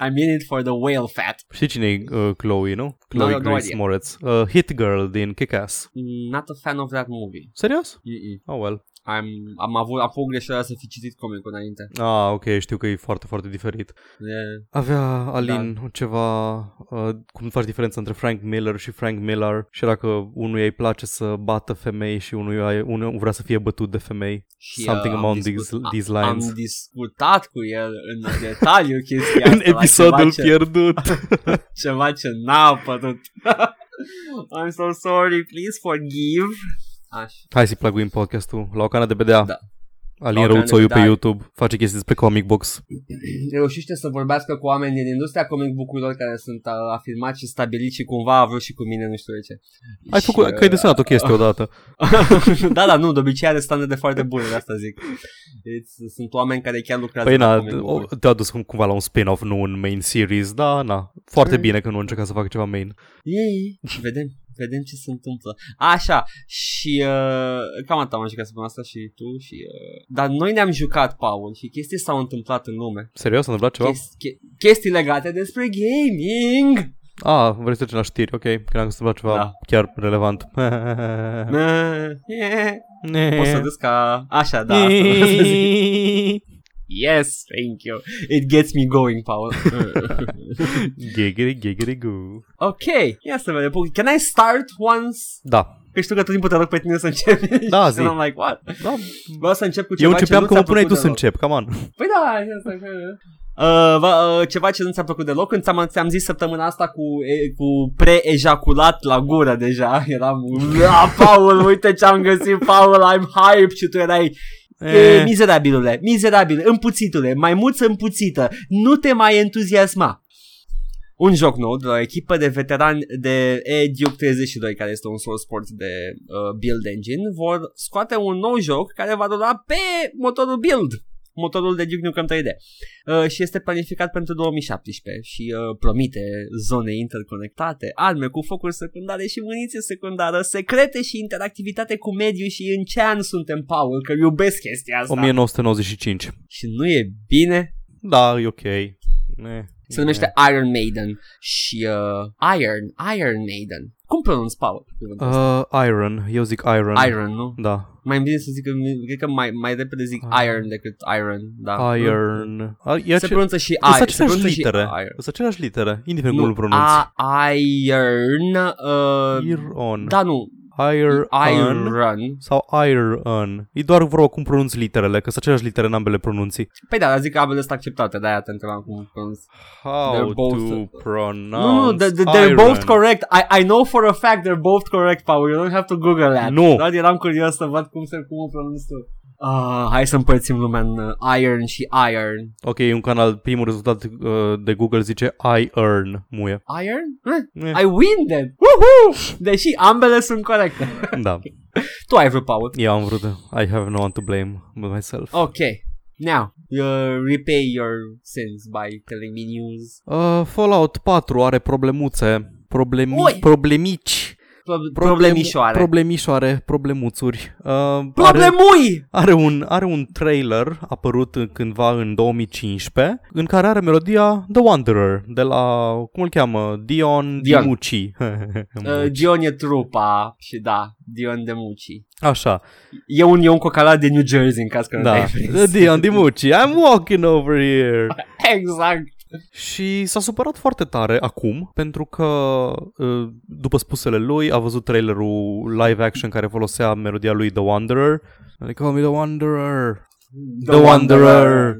[SPEAKER 1] I'm in it for the whale fat.
[SPEAKER 2] Știi cine e uh, Chloe, nu? Chloe
[SPEAKER 1] no, no
[SPEAKER 2] Grace
[SPEAKER 1] idea.
[SPEAKER 2] Moretz. Uh, Hit Girl din Kick-Ass.
[SPEAKER 1] Not a fan of that movie.
[SPEAKER 2] Serios?
[SPEAKER 1] Mm-mm.
[SPEAKER 2] Oh, well.
[SPEAKER 1] I'm, am avut, am fost greșeala să fi citit comicul înainte.
[SPEAKER 2] Ah, ok, știu că e foarte, foarte diferit.
[SPEAKER 1] E,
[SPEAKER 2] Avea Alin da. ceva, uh, cum faci diferența între Frank Miller și Frank Miller și era că unuia îi place să bată femei și unuia, unuia vrea să fie bătut de femei.
[SPEAKER 1] și, uh,
[SPEAKER 2] Something
[SPEAKER 1] am
[SPEAKER 2] among these,
[SPEAKER 1] discut- am
[SPEAKER 2] these lines.
[SPEAKER 1] discutat cu el în detaliu chestia asta.
[SPEAKER 2] În
[SPEAKER 1] la
[SPEAKER 2] episodul
[SPEAKER 1] ceva ce-
[SPEAKER 2] pierdut.
[SPEAKER 1] ceva ce n-a apărut. I'm so sorry, please forgive. Așa.
[SPEAKER 2] Hai să-i plăguim podcastul la o cană de BDA.
[SPEAKER 1] Da. La
[SPEAKER 2] Alin
[SPEAKER 1] o cană
[SPEAKER 2] Răuțoiu
[SPEAKER 1] de
[SPEAKER 2] pe
[SPEAKER 1] BDA.
[SPEAKER 2] YouTube face chestii despre comic box.
[SPEAKER 1] Reușește să vorbească cu oameni din industria comic bucurilor care sunt uh, afirmați și stabiliți și cumva a vrut și cu mine, nu știu de ce.
[SPEAKER 2] Ai
[SPEAKER 1] Și, uh,
[SPEAKER 2] făcut, că ai desenat o chestie odată.
[SPEAKER 1] da, da, nu, de obicei are standarde foarte bune, de asta zic. Deci, sunt oameni care chiar lucrează
[SPEAKER 2] Păi
[SPEAKER 1] la
[SPEAKER 2] na,
[SPEAKER 1] comic
[SPEAKER 2] o-
[SPEAKER 1] book-uri.
[SPEAKER 2] te-a dus cum- cumva la un spin-off, nu un main series, da, na. Foarte
[SPEAKER 1] Mm.
[SPEAKER 2] bine că nu încerca să facă ceva main.
[SPEAKER 1] Ei, vedem, vedem ce se întâmplă. Așa, și uh, cam atât am jucat să spun asta și tu și... Uh, dar noi ne-am jucat, Paul, și chestii s-au întâmplat în lume.
[SPEAKER 2] Serios, s-a întâmplat ceva?
[SPEAKER 1] Chesti- che- chestii legate despre gaming.
[SPEAKER 2] A, Ah, vrei să treci la știri, ok. Credeam că s-a întâmplat ceva
[SPEAKER 1] Da.
[SPEAKER 2] chiar relevant. Da.
[SPEAKER 1] O Eh,
[SPEAKER 2] Eh.
[SPEAKER 1] să dus ca așa, da. asta vreau să zic. yes, thank you. It gets me going, Paul.
[SPEAKER 2] Giggity, giggity, goo.
[SPEAKER 1] ok, ia să vedem. Păi, Can I start once?
[SPEAKER 2] Da,
[SPEAKER 1] Că știu că tot timpul te rog pe tine să începi.
[SPEAKER 2] Da,
[SPEAKER 1] And
[SPEAKER 2] zi.
[SPEAKER 1] I'm like, what?
[SPEAKER 2] da.
[SPEAKER 1] Vreau să încep cu ceva
[SPEAKER 2] Eu
[SPEAKER 1] ce
[SPEAKER 2] începeam
[SPEAKER 1] nu
[SPEAKER 2] că
[SPEAKER 1] ți-a
[SPEAKER 2] mă puneai tu
[SPEAKER 1] plăcut
[SPEAKER 2] să
[SPEAKER 1] deloc.
[SPEAKER 2] încep, come on.
[SPEAKER 1] Păi da, ia să Uh, va, uh, ceva ce nu ți-a plăcut deloc Când ți-am, ți-am zis săptămâna asta cu, e, cu pre-ejaculat la gură deja Eram "Ua, Paul, uite ce-am găsit Paul, I'm hype Și tu erai
[SPEAKER 2] Eh,
[SPEAKER 1] e, Mizerabilule, mizerabile, împuțitule Maimuță împuțită Nu te mai entuziasma un joc nou de la o echipă de veterani de Eduke 32, care este un source sport de uh, Build Engine, vor scoate un nou joc care va rula pe motorul Build motorul de Duke Nukem 3D uh, și este planificat pentru 2017 și uh, promite zone interconectate, arme cu focuri secundare și muniție secundară, secrete și interactivitate cu mediu și în ce an suntem, Paul, că iubesc chestia asta.
[SPEAKER 2] 1995.
[SPEAKER 1] Și nu e bine?
[SPEAKER 2] Da, e ok. Ne.
[SPEAKER 1] Se numește Iron Maiden și uh, Iron, Iron Maiden. Cum pronunți, Paul? cuvântul ăsta?
[SPEAKER 2] Uh, Iron, eu zic Iron.
[SPEAKER 1] Iron, nu?
[SPEAKER 2] Da,
[SPEAKER 1] Mai bine să zic, că- cred că mai, mai repede zic
[SPEAKER 2] Ah.
[SPEAKER 1] Iron decât Iron, da.
[SPEAKER 2] Iron. A, E
[SPEAKER 1] Se
[SPEAKER 2] ace-
[SPEAKER 1] pronunță și Iron.
[SPEAKER 2] sunt
[SPEAKER 1] Se
[SPEAKER 2] aceleași
[SPEAKER 1] pronunță și
[SPEAKER 2] litere.
[SPEAKER 1] Iron.
[SPEAKER 2] Sunt aceleași litere, indiferent cum îl pronunți.
[SPEAKER 1] A, iron. Uh,
[SPEAKER 2] Iron.
[SPEAKER 1] da, nu.
[SPEAKER 2] Iron,
[SPEAKER 1] Iron Run.
[SPEAKER 2] sau Iron. E doar vreo cum pronunți literele, că sunt aceleași litere în ambele pronunții.
[SPEAKER 1] Păi da, dar zic că ambele sunt acceptate, de-aia te întrebam cum pronunți.
[SPEAKER 2] How
[SPEAKER 1] They're both-
[SPEAKER 2] to pronounce
[SPEAKER 1] No, no, the, the, they're
[SPEAKER 2] iron.
[SPEAKER 1] both correct. I, I know for a fact they're both correct, Paul. You don't have to Google that.
[SPEAKER 2] Nu.
[SPEAKER 1] Doar eram curios să văd cum se cum o pronunți tu. Ah, hai să împărțim lumea în uh, Iron și Iron.
[SPEAKER 2] Ok, e un canal, primul rezultat uh, de Google zice I earn, muie.
[SPEAKER 1] Iron? Huh?
[SPEAKER 2] Eh,
[SPEAKER 1] I win then! Woohoo! Deși ambele sunt corecte.
[SPEAKER 2] da,
[SPEAKER 1] tu ai vrut, Paul.
[SPEAKER 2] eu am vrut, I have no one to blame but myself.
[SPEAKER 1] Ok. Now, you repay your sins by telling me news.
[SPEAKER 2] Uh, Fallout 4 are problemuțe, problemi,
[SPEAKER 1] Oi!
[SPEAKER 2] problemici,
[SPEAKER 1] Pro-
[SPEAKER 2] problemu-
[SPEAKER 1] problemișoare.
[SPEAKER 2] problemișoare, problemuțuri. Uh, are,
[SPEAKER 1] Problemui!
[SPEAKER 2] are, un, are un trailer apărut în- cândva în 2015 în care are melodia The Wanderer de la, cum îl cheamă, Dion,
[SPEAKER 1] Dion.
[SPEAKER 2] Dimucci.
[SPEAKER 1] Uh, Dion e trupa și da, Dion de Muci.
[SPEAKER 2] Așa,
[SPEAKER 1] E un, e un cocalat de New Jersey în caz că nu
[SPEAKER 2] da,
[SPEAKER 1] te-ai prins.
[SPEAKER 2] Dion Dimucci, I'm walking over here.
[SPEAKER 1] Exact.
[SPEAKER 2] Și s-a supărat foarte tare acum pentru că uh, după spusele lui a văzut trailerul live action care folosea melodia lui The Wanderer. They call me The Wanderer. The Wanderer.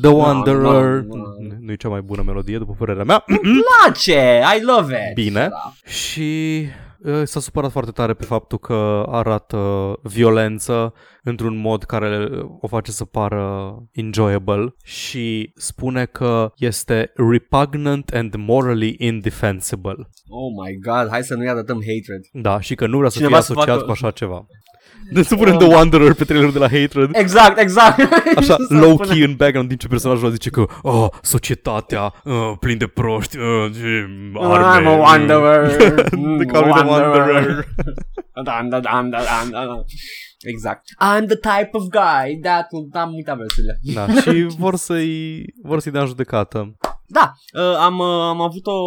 [SPEAKER 2] The Wanderer.
[SPEAKER 1] no, no.
[SPEAKER 2] Nu e cea mai bună melodie după părerea mea.
[SPEAKER 1] Place! I love it!
[SPEAKER 2] Bine.
[SPEAKER 1] Da.
[SPEAKER 2] Și uh, s-a supărat foarte tare pe faptul că arată violență într-un mod care o face să pară enjoyable și spune că este repugnant and morally indefensible.
[SPEAKER 1] Oh my god, hai să nu-i arătăm hatred.
[SPEAKER 2] Da, și că nu vrea să
[SPEAKER 1] Cineva
[SPEAKER 2] fie
[SPEAKER 1] să
[SPEAKER 2] asociat
[SPEAKER 1] facă- Um.
[SPEAKER 2] cu așa ceva. Deci să punem The Wanderer pe trailerul de la Hatred,
[SPEAKER 1] Exact, exact!
[SPEAKER 2] așa
[SPEAKER 1] Să spunem.
[SPEAKER 2] low-key în background, din ce personajul ăla zice că oh, societatea, uh, plin de proști, uh, și arme. uh."
[SPEAKER 1] I'm a wanderer. Mm,
[SPEAKER 2] They call me the Wanderer.
[SPEAKER 1] Da, da, da, da, da, da, da. Exact. I'm the type of guy that am uitat versurile.
[SPEAKER 2] Da, și vor să-i, vor să-i dea în judecată.
[SPEAKER 1] Da, uh, am, uh, am avut o,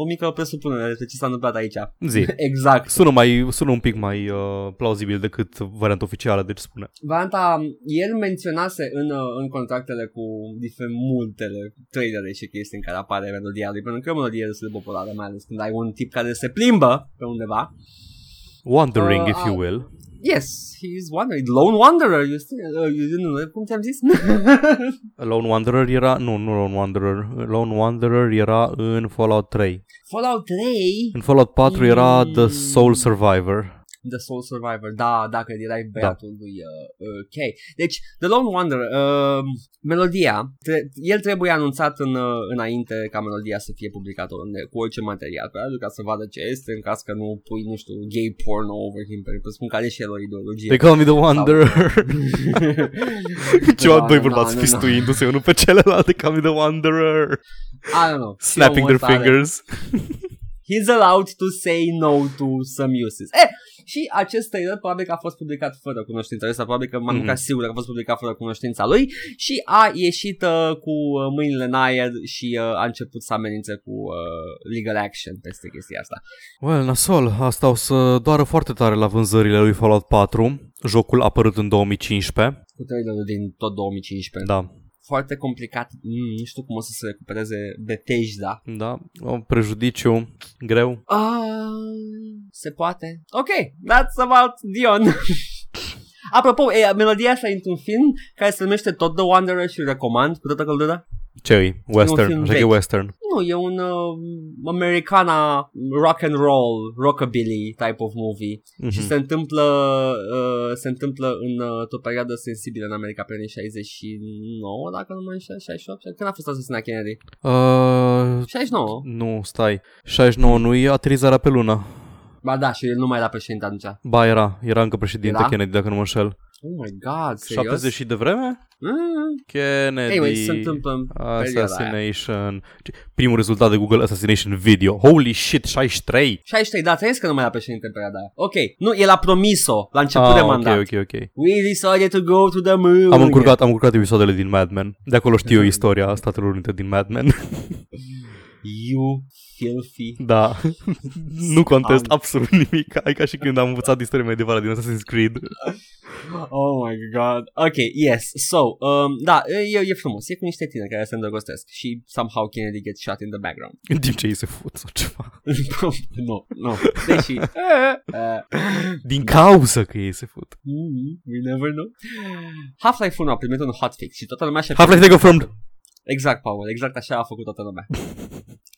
[SPEAKER 1] o mică presupunere despre ce s-a întâmplat aici.
[SPEAKER 2] Zi.
[SPEAKER 1] Exact.
[SPEAKER 2] Sună, mai, sună un pic mai uh, plauzibil decât varianta oficială, deci spune.
[SPEAKER 1] Varianta, el menționase în, uh, în contractele cu diferite multele trailere și chestii în care apare melodia lui, pentru că e o melodie destul de populară, mai ales când ai un tip care se plimbă pe undeva.
[SPEAKER 2] Wandering,
[SPEAKER 1] Uh,
[SPEAKER 2] if you
[SPEAKER 1] uh,
[SPEAKER 2] will.
[SPEAKER 1] Yes, he is wandering. Lone wanderer, you, still, uh, you didn't know, cum ți-am zis?
[SPEAKER 2] Lone Wanderer era... Nu, nu Lone Wanderer. Lone Wanderer era în Fallout 3.
[SPEAKER 1] Fallout 3
[SPEAKER 2] În Fallout 4 era The
[SPEAKER 1] Mm.
[SPEAKER 2] Soul Survivor.
[SPEAKER 1] The Soul Survivor, da, dacă erai băiatul lui uh, uh, Kay. Deci, The Lone Wanderer, uh, melodia, tre- el trebuie anunțat în, uh, înainte ca melodia să fie publicată în- cu orice material, pentru ca să vadă ce este, în caz că nu pui, nu știu, gay porno over him, pentru că spun care e și el o ideologie.
[SPEAKER 2] They call me The Wanderer. Ceva
[SPEAKER 1] Da,
[SPEAKER 2] doi
[SPEAKER 1] da,
[SPEAKER 2] bărbați
[SPEAKER 1] da, da.
[SPEAKER 2] fistuindu-se unul pe celălalt. They call me The Wanderer.
[SPEAKER 1] I don't know.
[SPEAKER 2] Snapping
[SPEAKER 1] Și
[SPEAKER 2] their
[SPEAKER 1] omul ăsta are-
[SPEAKER 2] fingers.
[SPEAKER 1] He's allowed to say no to some uses. Eh, și acest trailer probabil că a fost publicat fără cunoștința lui, sau probabil că m-am
[SPEAKER 2] Mhm.
[SPEAKER 1] mm-hmm. sigur că a fost publicat fără cunoștința lui și a ieșit uh, cu uh, mâinile în aer și uh, a început să amenințe cu uh, legal action peste chestia asta.
[SPEAKER 2] Well, nasol, asta o să doară foarte tare la vânzările lui Fallout 4, jocul apărut în 2015.
[SPEAKER 1] Cu trailerul din tot 2015.
[SPEAKER 2] Da,
[SPEAKER 1] Foarte complicat, mm, nu știu cum o să se recupereze Bethesda.
[SPEAKER 2] da, un prejudiciu greu.
[SPEAKER 1] Uh, se poate. Ok, that's about Dion. Apropo, e, melodia asta e într-un film care se numește tot The Wanderer și îl recomand cu toată căldura.
[SPEAKER 2] ce Western,
[SPEAKER 1] film
[SPEAKER 2] așa că e
[SPEAKER 1] vechi.
[SPEAKER 2] western.
[SPEAKER 1] Nu, e un uh, americana rock and roll, rockabilly type of movie
[SPEAKER 2] Mhm.
[SPEAKER 1] și se întâmplă uh, se întâmplă în uh, o perioadă sensibilă în America pe anii 69, dacă nu mă înșel, 68, când a fost asasinat Kennedy?
[SPEAKER 2] Uh,
[SPEAKER 1] 69.
[SPEAKER 2] nu, stai. 69 nu e aterizarea pe lună.
[SPEAKER 1] Ba da, și el nu mai era președinte atunci.
[SPEAKER 2] Ba, era, era încă președinte
[SPEAKER 1] Era?
[SPEAKER 2] Kennedy, dacă nu mă înșel.
[SPEAKER 1] Oh my god, serios?
[SPEAKER 2] 70 și de vreme?
[SPEAKER 1] Mm.
[SPEAKER 2] Kennedy.
[SPEAKER 1] Anyway, se întâmplă în perioada aia.
[SPEAKER 2] Assassination. Ce- Primul rezultat de Google Assassination Video. Holy shit, 63.
[SPEAKER 1] 63, da, ți că nu mai era președinte în perioada aia. Ok, nu, el a promis-o la început de mandat.
[SPEAKER 2] Ah, ok, ok, ok.
[SPEAKER 1] We decided to go to the moon.
[SPEAKER 2] Am încurcat, am încurcat episoadele din Mad Men. De acolo știu eu istoria Statelor Unite din Mad Men.
[SPEAKER 1] You filthy
[SPEAKER 2] Da, nu contest
[SPEAKER 1] Am-
[SPEAKER 2] absolut nimic. Ai ca și când am învățat istoria medievală din Assassin's Creed.
[SPEAKER 1] Oh my god. Ok, yes. So, um, da, e, e frumos. E cu niște tineri care se îndrăgostesc și somehow Kennedy gets shot in the background.
[SPEAKER 2] În timp ce ei se fut sau ceva.
[SPEAKER 1] nu, nu. Deși, uh,
[SPEAKER 2] Din cauza că ei se fut.
[SPEAKER 1] mm, we never know. Half-Life 1 a primit un hotfix și toată lumea și-a...
[SPEAKER 2] Half-Life Lego from...
[SPEAKER 1] Exact, Paul, exact așa a făcut toată lumea.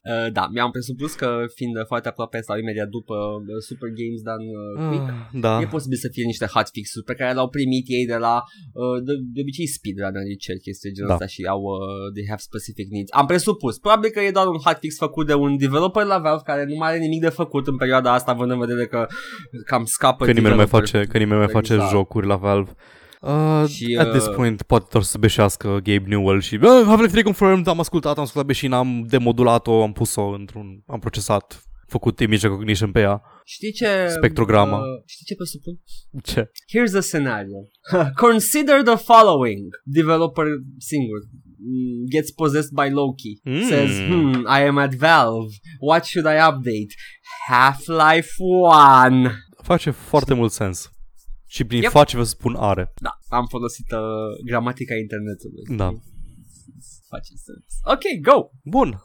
[SPEAKER 1] Uh, da, mi-am presupus că fiind foarte aproape sau imediat după uh, Super Games Done uh, Quick,
[SPEAKER 2] Ah, Da.
[SPEAKER 1] E posibil să fie niște hotfix-uri pe care l-au primit ei de la, uh, de, de obicei speedrunner de cer chestii de genul
[SPEAKER 2] Da.
[SPEAKER 1] ăsta și au, uh, they have specific needs. Am presupus, probabil că e doar un hotfix făcut de un developer la Valve care nu mai are nimic de făcut în perioada asta, având în vedere că cam scapă
[SPEAKER 2] Că nimeni nu mai
[SPEAKER 1] developer.
[SPEAKER 2] face, că nimeni nu mai face
[SPEAKER 1] Exact.
[SPEAKER 2] jocuri la Valve. Uh,
[SPEAKER 1] Și,
[SPEAKER 2] at this
[SPEAKER 1] uh,
[SPEAKER 2] point poate doar să beșească Gabe Newell și uh, Half-Life 3 confirmed, am ascultat, am ascultat beșina, am demodulat-o, am pus-o într-un, am procesat, făcut image recognition pe ea.
[SPEAKER 1] Știi ce...
[SPEAKER 2] Spectrograma.
[SPEAKER 1] Uh, știi ce presupun?
[SPEAKER 2] Ce?
[SPEAKER 1] Here's a scenario. Consider the following. Developer singur mm, gets possessed by Loki.
[SPEAKER 2] Mm.
[SPEAKER 1] Says, hmm, I am at Valve. What should I update? Half-Life 1.
[SPEAKER 2] Face foarte mult sens. Și prin
[SPEAKER 1] Yep.
[SPEAKER 2] face vă spun are.
[SPEAKER 1] Da, am folosit uh, gramatica internetului.
[SPEAKER 2] Da.
[SPEAKER 1] Face sens. Ok, go!
[SPEAKER 2] Bun,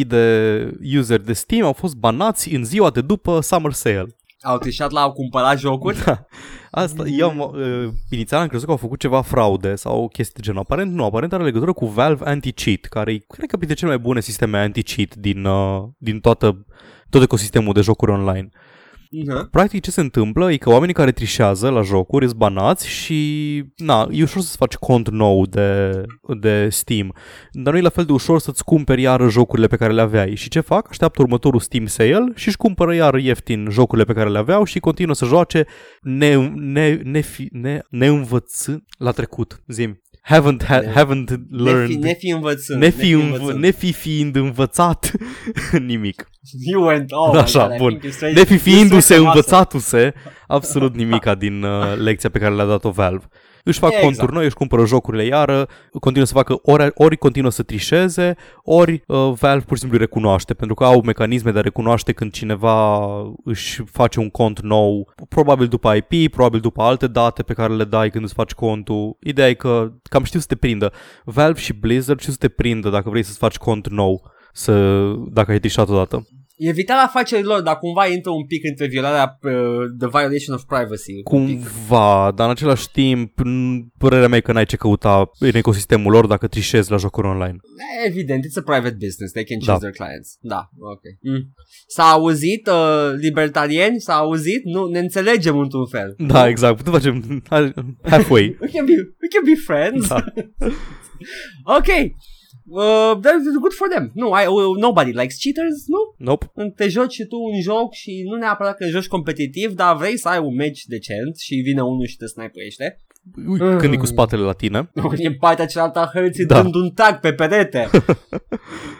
[SPEAKER 2] 40.000 de useri de Steam au fost banați în ziua de după Summer Sale.
[SPEAKER 1] Au trișat la au cumpărat jocuri?
[SPEAKER 2] Da. Asta, eu am, uh, inițial am crezut că au făcut ceva fraude sau chestii de genul. Aparent nu, aparent are legătură cu Valve Anti-Cheat, care e, cred că, printre cele mai bune sisteme anti-cheat din, uh, din toată, tot ecosistemul de jocuri online.
[SPEAKER 1] uh-huh.
[SPEAKER 2] Practic ce se întâmplă e că oamenii care trișează la jocuri sunt banați și na, e ușor să-ți faci cont nou de, de Steam, dar nu e la fel de ușor să-ți cumperi iar jocurile pe care le aveai. Și ce fac? Așteaptă următorul Steam Sale și își cumpără iar ieftin jocurile pe care le aveau și continuă să joace ne, ne, ne, ne, neînvățând la trecut, zim. Haven't, ha,
[SPEAKER 1] Ne-
[SPEAKER 2] haven't
[SPEAKER 1] Ne fi,
[SPEAKER 2] learned.
[SPEAKER 1] ne fi învățând.
[SPEAKER 2] Ne fi, înv-
[SPEAKER 1] învățând.
[SPEAKER 2] ne fi fiind învățat nimic.
[SPEAKER 1] You went, oh, my
[SPEAKER 2] Așa,
[SPEAKER 1] God, I
[SPEAKER 2] bun.
[SPEAKER 1] think it's strange.
[SPEAKER 2] Nefi fiindu-se,
[SPEAKER 1] Este masă.
[SPEAKER 2] învățatu-se, absolut nimica din uh, lecția pe care le-a dat-o Valve. Își fac
[SPEAKER 1] Exact.
[SPEAKER 2] exact. conturi noi, își cumpără jocurile iară, continuă să facă, ori, ori continuă să trișeze, ori uh, Valve pur și simplu îi recunoaște, pentru că au mecanisme de a recunoaște când cineva își face un cont nou, probabil după IP, probabil după alte date pe care le dai când îți faci contul. Ideea e că cam știu să te prindă. Valve și Blizzard știu să te prindă dacă vrei să-ți faci cont nou, să, dacă ai trișat odată.
[SPEAKER 1] E vital afacerilor, dar cumva intră un pic între violarea, uh, the violation of privacy. Un pic.
[SPEAKER 2] Cumva, dar în același timp, n- părerea mea e că n-ai ce căuta în ecosistemul lor dacă trișezi la jocuri online.
[SPEAKER 1] Evident, it's a private business, they can choose
[SPEAKER 2] Da.
[SPEAKER 1] their clients. Da, ok. Mm. S-a auzit, uh, libertarieni, s-a auzit, nu, ne înțelegem într-un fel.
[SPEAKER 2] Da, exact, putem facem halfway.
[SPEAKER 1] We can be, we can be friends.
[SPEAKER 2] Da.
[SPEAKER 1] ok. Uh, that's good for them. Nu, I, uh, nobody likes cheaters, nu?
[SPEAKER 2] Nope.
[SPEAKER 1] Când te joci și tu un joc și nu neapărat că joci competitiv, dar vrei să ai un match decent și vine unul și te snipește.
[SPEAKER 2] Ui, când e cu spatele la tine.
[SPEAKER 1] în partea cealaltă a hărții da.
[SPEAKER 2] Da.
[SPEAKER 1] dând un tag pe perete.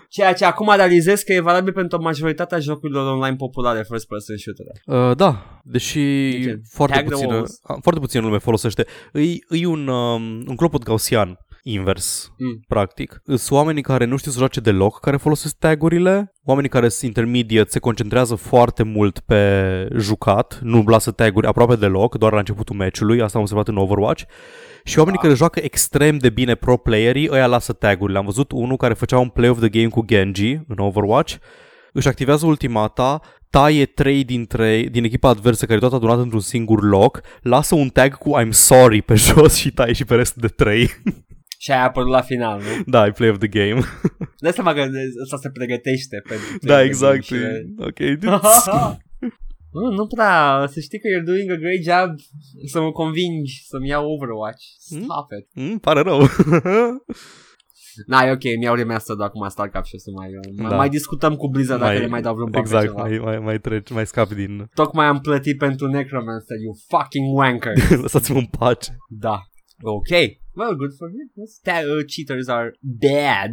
[SPEAKER 1] Ceea ce acum realizez că e valabil pentru majoritatea jocurilor online populare first person shooter.
[SPEAKER 2] Uh, da, deși
[SPEAKER 1] Deci,
[SPEAKER 2] foarte
[SPEAKER 1] tag the
[SPEAKER 2] puțină,
[SPEAKER 1] walls.
[SPEAKER 2] a, foarte puțină lume folosește. E, e un, um, un clopot gaussian invers,
[SPEAKER 1] Mm.
[SPEAKER 2] practic. Sunt oamenii care nu știu să joace deloc, care folosesc tagurile, oamenii care sunt intermediate, se concentrează foarte mult pe jucat, nu lasă taguri aproape deloc, doar la începutul meciului, asta am observat în Overwatch. Și oamenii
[SPEAKER 1] Da.
[SPEAKER 2] care joacă extrem de bine pro playerii, ăia lasă taguri. L-am văzut unul care făcea un play of the game cu Genji în Overwatch, își activează ultimata, taie trei dintre, din echipa adversă care e toată adunată într-un singur loc, lasă un tag cu I'm sorry pe jos și taie și pe restul de trei.
[SPEAKER 1] Și aia a apărut la final, nu?
[SPEAKER 2] da, e play of the game.
[SPEAKER 1] De asta că asta se pregătește pentru
[SPEAKER 2] da, exact.
[SPEAKER 1] Și-
[SPEAKER 2] E- Ok.
[SPEAKER 1] Nu, nu prea, să știi că you're doing a great job să mă convingi să-mi iau Overwatch. Stop it.
[SPEAKER 2] mm, pare rău.
[SPEAKER 1] Na, e ok, mi-au remastered acum StarCraft și o să mai, mai,
[SPEAKER 2] Da.
[SPEAKER 1] mai discutăm cu Blizzard dacă le mai dau vreun bani pe
[SPEAKER 2] Exact,
[SPEAKER 1] ceva.
[SPEAKER 2] mai, mai, mai, treci, mai scapi din...
[SPEAKER 1] Tocmai am plătit pentru Necromancer, you fucking wanker.
[SPEAKER 2] Lăsați-mă în pace.
[SPEAKER 1] Da. Ok. Well, good for him. Yes. Te- uh, cheaters are bad.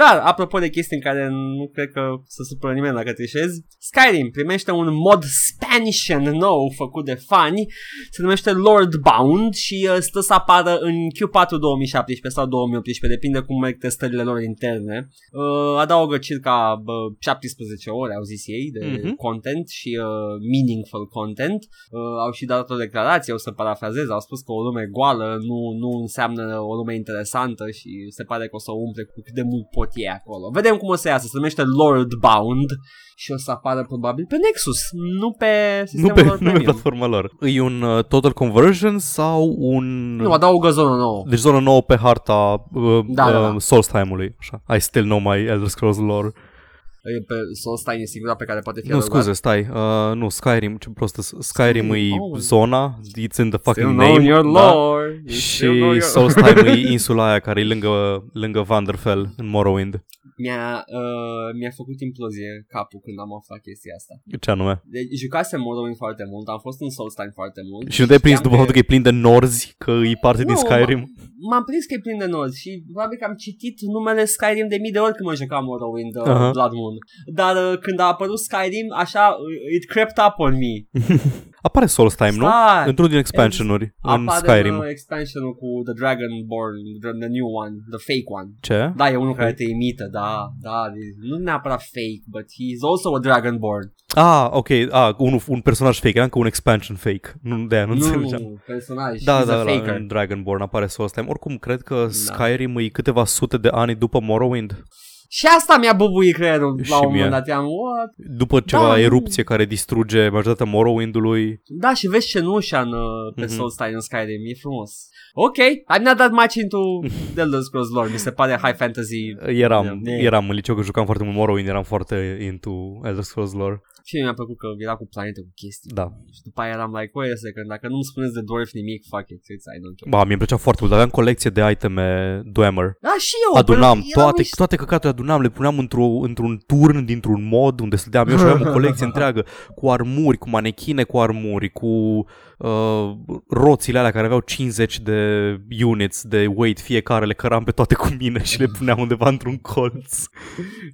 [SPEAKER 1] Dar, apropo de chestii în care nu cred că se supără nimeni dacă trișezi, Skyrim primește un mod expansion nou făcut de fani, se numește Lordbound și uh, stă să apară în Q4 2017 sau 2018, depinde cum merg testările lor interne. Uh, adaugă circa bă, 17 ore, au zis ei, de
[SPEAKER 2] Mhm.
[SPEAKER 1] content și uh, meaningful content. Uh, au și dat o declarație, o să parafrazez, au spus că o lume goală nu, nu înseamnă o lume interesantă și se pare că o să o umple cu cât de mult pot ei acolo. Vedem cum o să iasă, se numește Lordbound și o să apară probabil pe Nexus, nu pe
[SPEAKER 2] Nu
[SPEAKER 1] sistemul
[SPEAKER 2] pe,
[SPEAKER 1] lor
[SPEAKER 2] nu pe
[SPEAKER 1] premium.
[SPEAKER 2] platforma lor. E un uh, total conversion sau un...
[SPEAKER 1] Nu, adaugă zonă nouă.
[SPEAKER 2] Deci zona nouă pe harta uh,
[SPEAKER 1] Da,
[SPEAKER 2] da,
[SPEAKER 1] da,
[SPEAKER 2] uh,
[SPEAKER 1] da.
[SPEAKER 2] Solstheim-ului. Așa. I still know my Elder Scrolls lore.
[SPEAKER 1] E Pe Solstein e singura pe care poate fi
[SPEAKER 2] Nu,
[SPEAKER 1] adăugat.
[SPEAKER 2] scuze, stai. Uh, nu, Skyrim, ce prost sunt. Skyrim e
[SPEAKER 1] Oh.
[SPEAKER 2] zona, it's in the
[SPEAKER 1] Still
[SPEAKER 2] fucking
[SPEAKER 1] know
[SPEAKER 2] name.
[SPEAKER 1] your
[SPEAKER 2] da?
[SPEAKER 1] lore. You still know
[SPEAKER 2] Și
[SPEAKER 1] your-
[SPEAKER 2] Solstheim e insula aia care e lângă, lângă Vanderfell, în Morrowind.
[SPEAKER 1] mi-a, uh, mi-a făcut implozie capul când am aflat chestia asta.
[SPEAKER 2] Ce anume?
[SPEAKER 1] Deci jucasem Morrowind foarte mult, am fost în Solstein foarte mult.
[SPEAKER 2] Și nu te-ai prins
[SPEAKER 1] Știam
[SPEAKER 2] după faptul că e plin de norzi, că e parte din
[SPEAKER 1] Nu,
[SPEAKER 2] Skyrim?
[SPEAKER 1] M-am prins că e plin de noți și probabil că am citit numele Skyrim de mii de ori când mă jucam Morrowind uh,
[SPEAKER 2] Aha.
[SPEAKER 1] Blood Moon. Dar uh, când a apărut Skyrim, așa, uh, it crept up on me.
[SPEAKER 2] Apare Solstheim, nu?
[SPEAKER 1] Stai!
[SPEAKER 2] Într-unul din expansionuri, în
[SPEAKER 1] Apare
[SPEAKER 2] Skyrim.
[SPEAKER 1] uh, expansionul cu The Dragonborn, the, the new one, the fake one.
[SPEAKER 2] Ce?
[SPEAKER 1] Da, e unul care te imită, da, da, e- nu neapărat fake, but he's also a Dragonborn.
[SPEAKER 2] Ah, ok, ah, un, un personaj fake, era încă un expansion fake. Nu, de aia nu
[SPEAKER 1] Nu,
[SPEAKER 2] înțelegeam.
[SPEAKER 1] nu, personaj,
[SPEAKER 2] Da,
[SPEAKER 1] he's
[SPEAKER 2] da,
[SPEAKER 1] a
[SPEAKER 2] da,
[SPEAKER 1] faker. Da.
[SPEAKER 2] în Dragonborn apare Solstheim. Oricum, cred că Skyrim e câteva sute de ani după Morrowind.
[SPEAKER 1] Și asta mi-a bubuit creierul
[SPEAKER 2] Și
[SPEAKER 1] la un
[SPEAKER 2] mie.
[SPEAKER 1] moment dat, am, what?
[SPEAKER 2] După ceva
[SPEAKER 1] Da,
[SPEAKER 2] erupție care distruge majoritatea Morrowindului.
[SPEAKER 1] Da, și vezi cenușa în, uh, pe
[SPEAKER 2] Mhm.
[SPEAKER 1] mm-hmm. Solstein în Skyrim, e frumos. Ok, I'm not that much into The Elder Scrolls lore, mi se pare high fantasy
[SPEAKER 2] Eram,
[SPEAKER 1] Da.
[SPEAKER 2] eram în liceu că jucam foarte mult Morrowind, eram foarte into Elder Scrolls lore.
[SPEAKER 1] și mi-a plăcut că era cu planete, cu chestii.
[SPEAKER 2] Da.
[SPEAKER 1] Și după aia eram like, wait a second, dacă nu-mi spuneți de dwarf nimic, fuck it, it's, I don't care.
[SPEAKER 2] Ba, mi-a plăcea foarte mult, aveam colecție de iteme Dwemer.
[SPEAKER 1] Da, și eu,
[SPEAKER 2] Adunam
[SPEAKER 1] pentru că erau
[SPEAKER 2] toate,
[SPEAKER 1] niște-
[SPEAKER 2] toate căcaturile adunam, le puneam într-o, într-un turn dintr-un mod unde stăteam eu și aveam o colecție întreagă cu armuri, cu manechine cu armuri, cu uh, roțile alea care aveau 50 de units de weight fiecare, le căram pe toate cu mine și le puneam undeva într-un colț.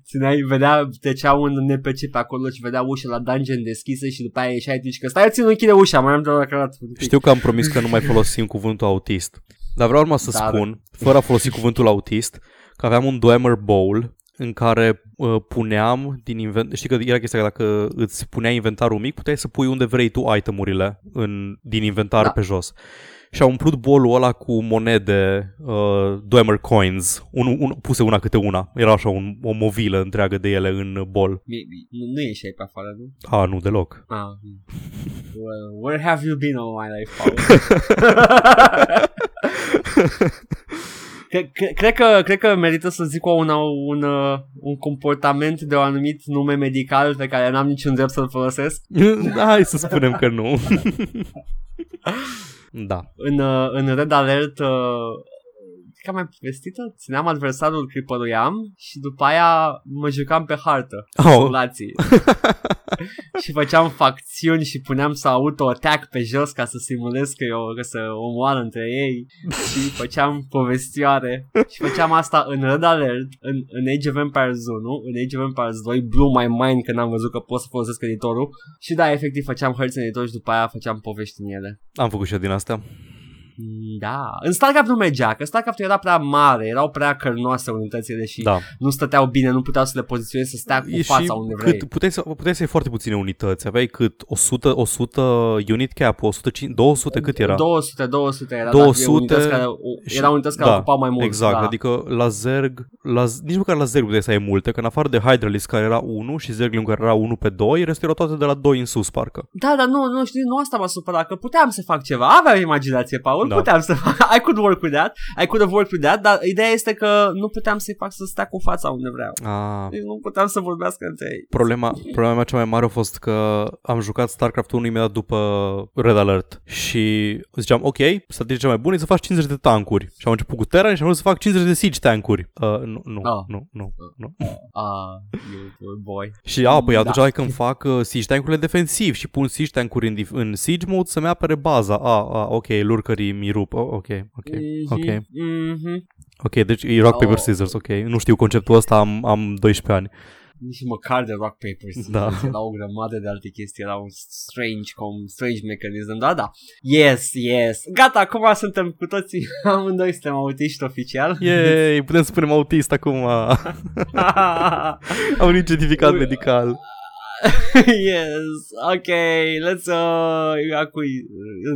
[SPEAKER 1] Țineai, vedea, trecea un NPC pe acolo și vedea ușa la dungeon deschisă și după aia ieșai tu și că stai, țin, închide ușa, mai am de la cărat.
[SPEAKER 2] Știu că am promis că nu mai folosim cuvântul autist, dar vreau urmă să
[SPEAKER 1] Da, da.
[SPEAKER 2] spun, fără a folosi cuvântul autist, că aveam un Dwemer Bowl în care uh, puneam din invent... Știi că era chestia că dacă îți punea inventarul mic, puteai să pui unde vrei tu itemurile în, din inventar
[SPEAKER 1] Da.
[SPEAKER 2] da. pe jos. Și au umplut bolul ăla cu monede, uh, Dwemer Coins, un, un, puse una câte una. Era așa un, o movilă întreagă de ele în bol.
[SPEAKER 1] Mi- mi- Nu, nu ieșai pe afară, nu?
[SPEAKER 2] A, nu deloc.
[SPEAKER 1] Ah. Well, where have you been all my life, Paul? Cre- cre- Cred că, cred că merită să zic un, un, uh, un comportament de un anumit nume medical pe care n-am niciun drept să-l folosesc.
[SPEAKER 2] Hai să spunem că nu. da.
[SPEAKER 1] În, uh, în Red Alert, uh, cred că am mai povestită, țineam adversarul cripăruiam și după aia mă jucam pe hartă.
[SPEAKER 2] Oh,
[SPEAKER 1] simulații. și făceam facțiuni și puneam să auto-attack pe jos ca să simulez că eu că să omoară între ei și făceam povestioare și făceam asta în Red Alert, în, în Age of Empires 1, în Age of Empires 2, blew my mind când am văzut că pot să folosesc editorul și da, efectiv făceam hărți în editor și după aia făceam povești în ele.
[SPEAKER 2] am făcut și eu din asta.
[SPEAKER 1] Mm, Da, în StarCraft nu mergea, că StarCraft era prea mare, erau prea cărnoase unitățile și da.
[SPEAKER 2] Da.
[SPEAKER 1] nu stăteau bine, nu puteau să le poziționeze să stea cu
[SPEAKER 2] E
[SPEAKER 1] fața
[SPEAKER 2] și
[SPEAKER 1] unde vrei.
[SPEAKER 2] cât, puteai, să, puteai să ai foarte puține unități. Aveai cât? 100, 100 unit cap, 105, 200 cât era?
[SPEAKER 1] 200, 200 era,
[SPEAKER 2] 200
[SPEAKER 1] 200 unități care,
[SPEAKER 2] și-
[SPEAKER 1] erau unități care
[SPEAKER 2] da,
[SPEAKER 1] ocupau mai mult.
[SPEAKER 2] exact,
[SPEAKER 1] da.
[SPEAKER 2] adică la Zerg, la, Z- nici măcar la Zerg puteai să ai multe, că în afară de Hydralis care era 1 și Zerglium care era 1 pe 2, restul erau toate de la 2 în sus, parcă.
[SPEAKER 1] da, dar nu, nu, știi, nu asta m-a supărat, că puteam să fac ceva, aveam imaginație, Paul, da.
[SPEAKER 2] Da.
[SPEAKER 1] puteam să fac, I could work with that, I could have worked with that, dar ideea este că nu puteam să-i fac să stea cu fața unde vreau.
[SPEAKER 2] Ah,
[SPEAKER 1] Deci Nu puteam să vorbească între ei.
[SPEAKER 2] Problema, problema mea cea mai mare a fost că am jucat StarCraft 1 imediat după Red Alert și ziceam, ok, strategia cea mai bună e să faci 50 de tancuri. Și am început cu Terran și am vrut să fac 50 de siege tancuri. Uh, nu, nu,
[SPEAKER 1] Ah.
[SPEAKER 2] nu, nu, nu.
[SPEAKER 1] Ah, you poor boy.
[SPEAKER 2] Și a, păi
[SPEAKER 1] Da.
[SPEAKER 2] atunci hai când fac uh, siege tankurile defensiv și pun siege tankuri în, dif- în siege mode să-mi apere baza. A, a ok, lurcării și mi rup. Oh, ok, ok,
[SPEAKER 1] Mhm,
[SPEAKER 2] ok.
[SPEAKER 1] mhm.
[SPEAKER 2] Ok, deci e rock, paper,
[SPEAKER 1] Oh.
[SPEAKER 2] scissors, ok. Nu știu conceptul ăsta, am, am 12 ani.
[SPEAKER 1] Nici măcar de rock paper
[SPEAKER 2] Da.
[SPEAKER 1] scissors, era o grămadă de alte chestii, era un strange, com, strange mecanism, da, da. Yes, yes. Gata, acum suntem cu toții, amândoi suntem autiști oficial.
[SPEAKER 2] Yay, putem să spunem autist acum. Am un certificat
[SPEAKER 1] Ui.
[SPEAKER 2] medical.
[SPEAKER 1] yes, ok, let's, uh, acui,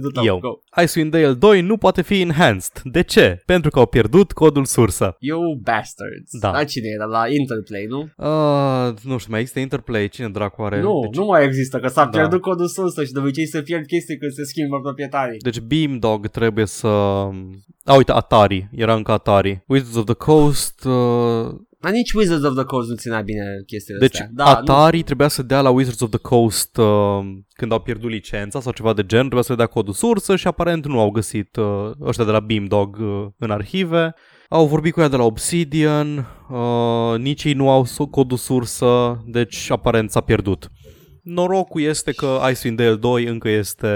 [SPEAKER 1] du-te,
[SPEAKER 2] Eu.
[SPEAKER 1] go.
[SPEAKER 2] Icewind Dale 2 nu poate fi enhanced. De ce? Pentru că au pierdut codul sursă.
[SPEAKER 1] You bastards.
[SPEAKER 2] Da.
[SPEAKER 1] La cine era? La Interplay, nu?
[SPEAKER 2] Uh, nu știu, mai există Interplay, cine dracu are?
[SPEAKER 1] nu,
[SPEAKER 2] deci,
[SPEAKER 1] nu mai există, că s-a
[SPEAKER 2] Da.
[SPEAKER 1] pierdut codul sus și de obicei se pierd chestii când se schimbă proprietarii.
[SPEAKER 2] deci Beamdog trebuie să... A, uite, Atari, era încă Atari. Wizards of the Coast... Uh...
[SPEAKER 1] Dar nici Wizards of the Coast nu ținea bine chestiile
[SPEAKER 2] Deci
[SPEAKER 1] astea.
[SPEAKER 2] da,
[SPEAKER 1] Da, nu-
[SPEAKER 2] Atari trebuia să dea la Wizards of the Coast uh, când au pierdut licența sau ceva de gen, trebuia să le dea codul sursă și aparent nu au găsit uh, ăștia de la Beamdog uh, în arhive. Au vorbit cu ea de la Obsidian, uh, nici ei nu au so- codul sursă, deci aparent s-a pierdut. Norocul este că Icewind Dale 2 încă este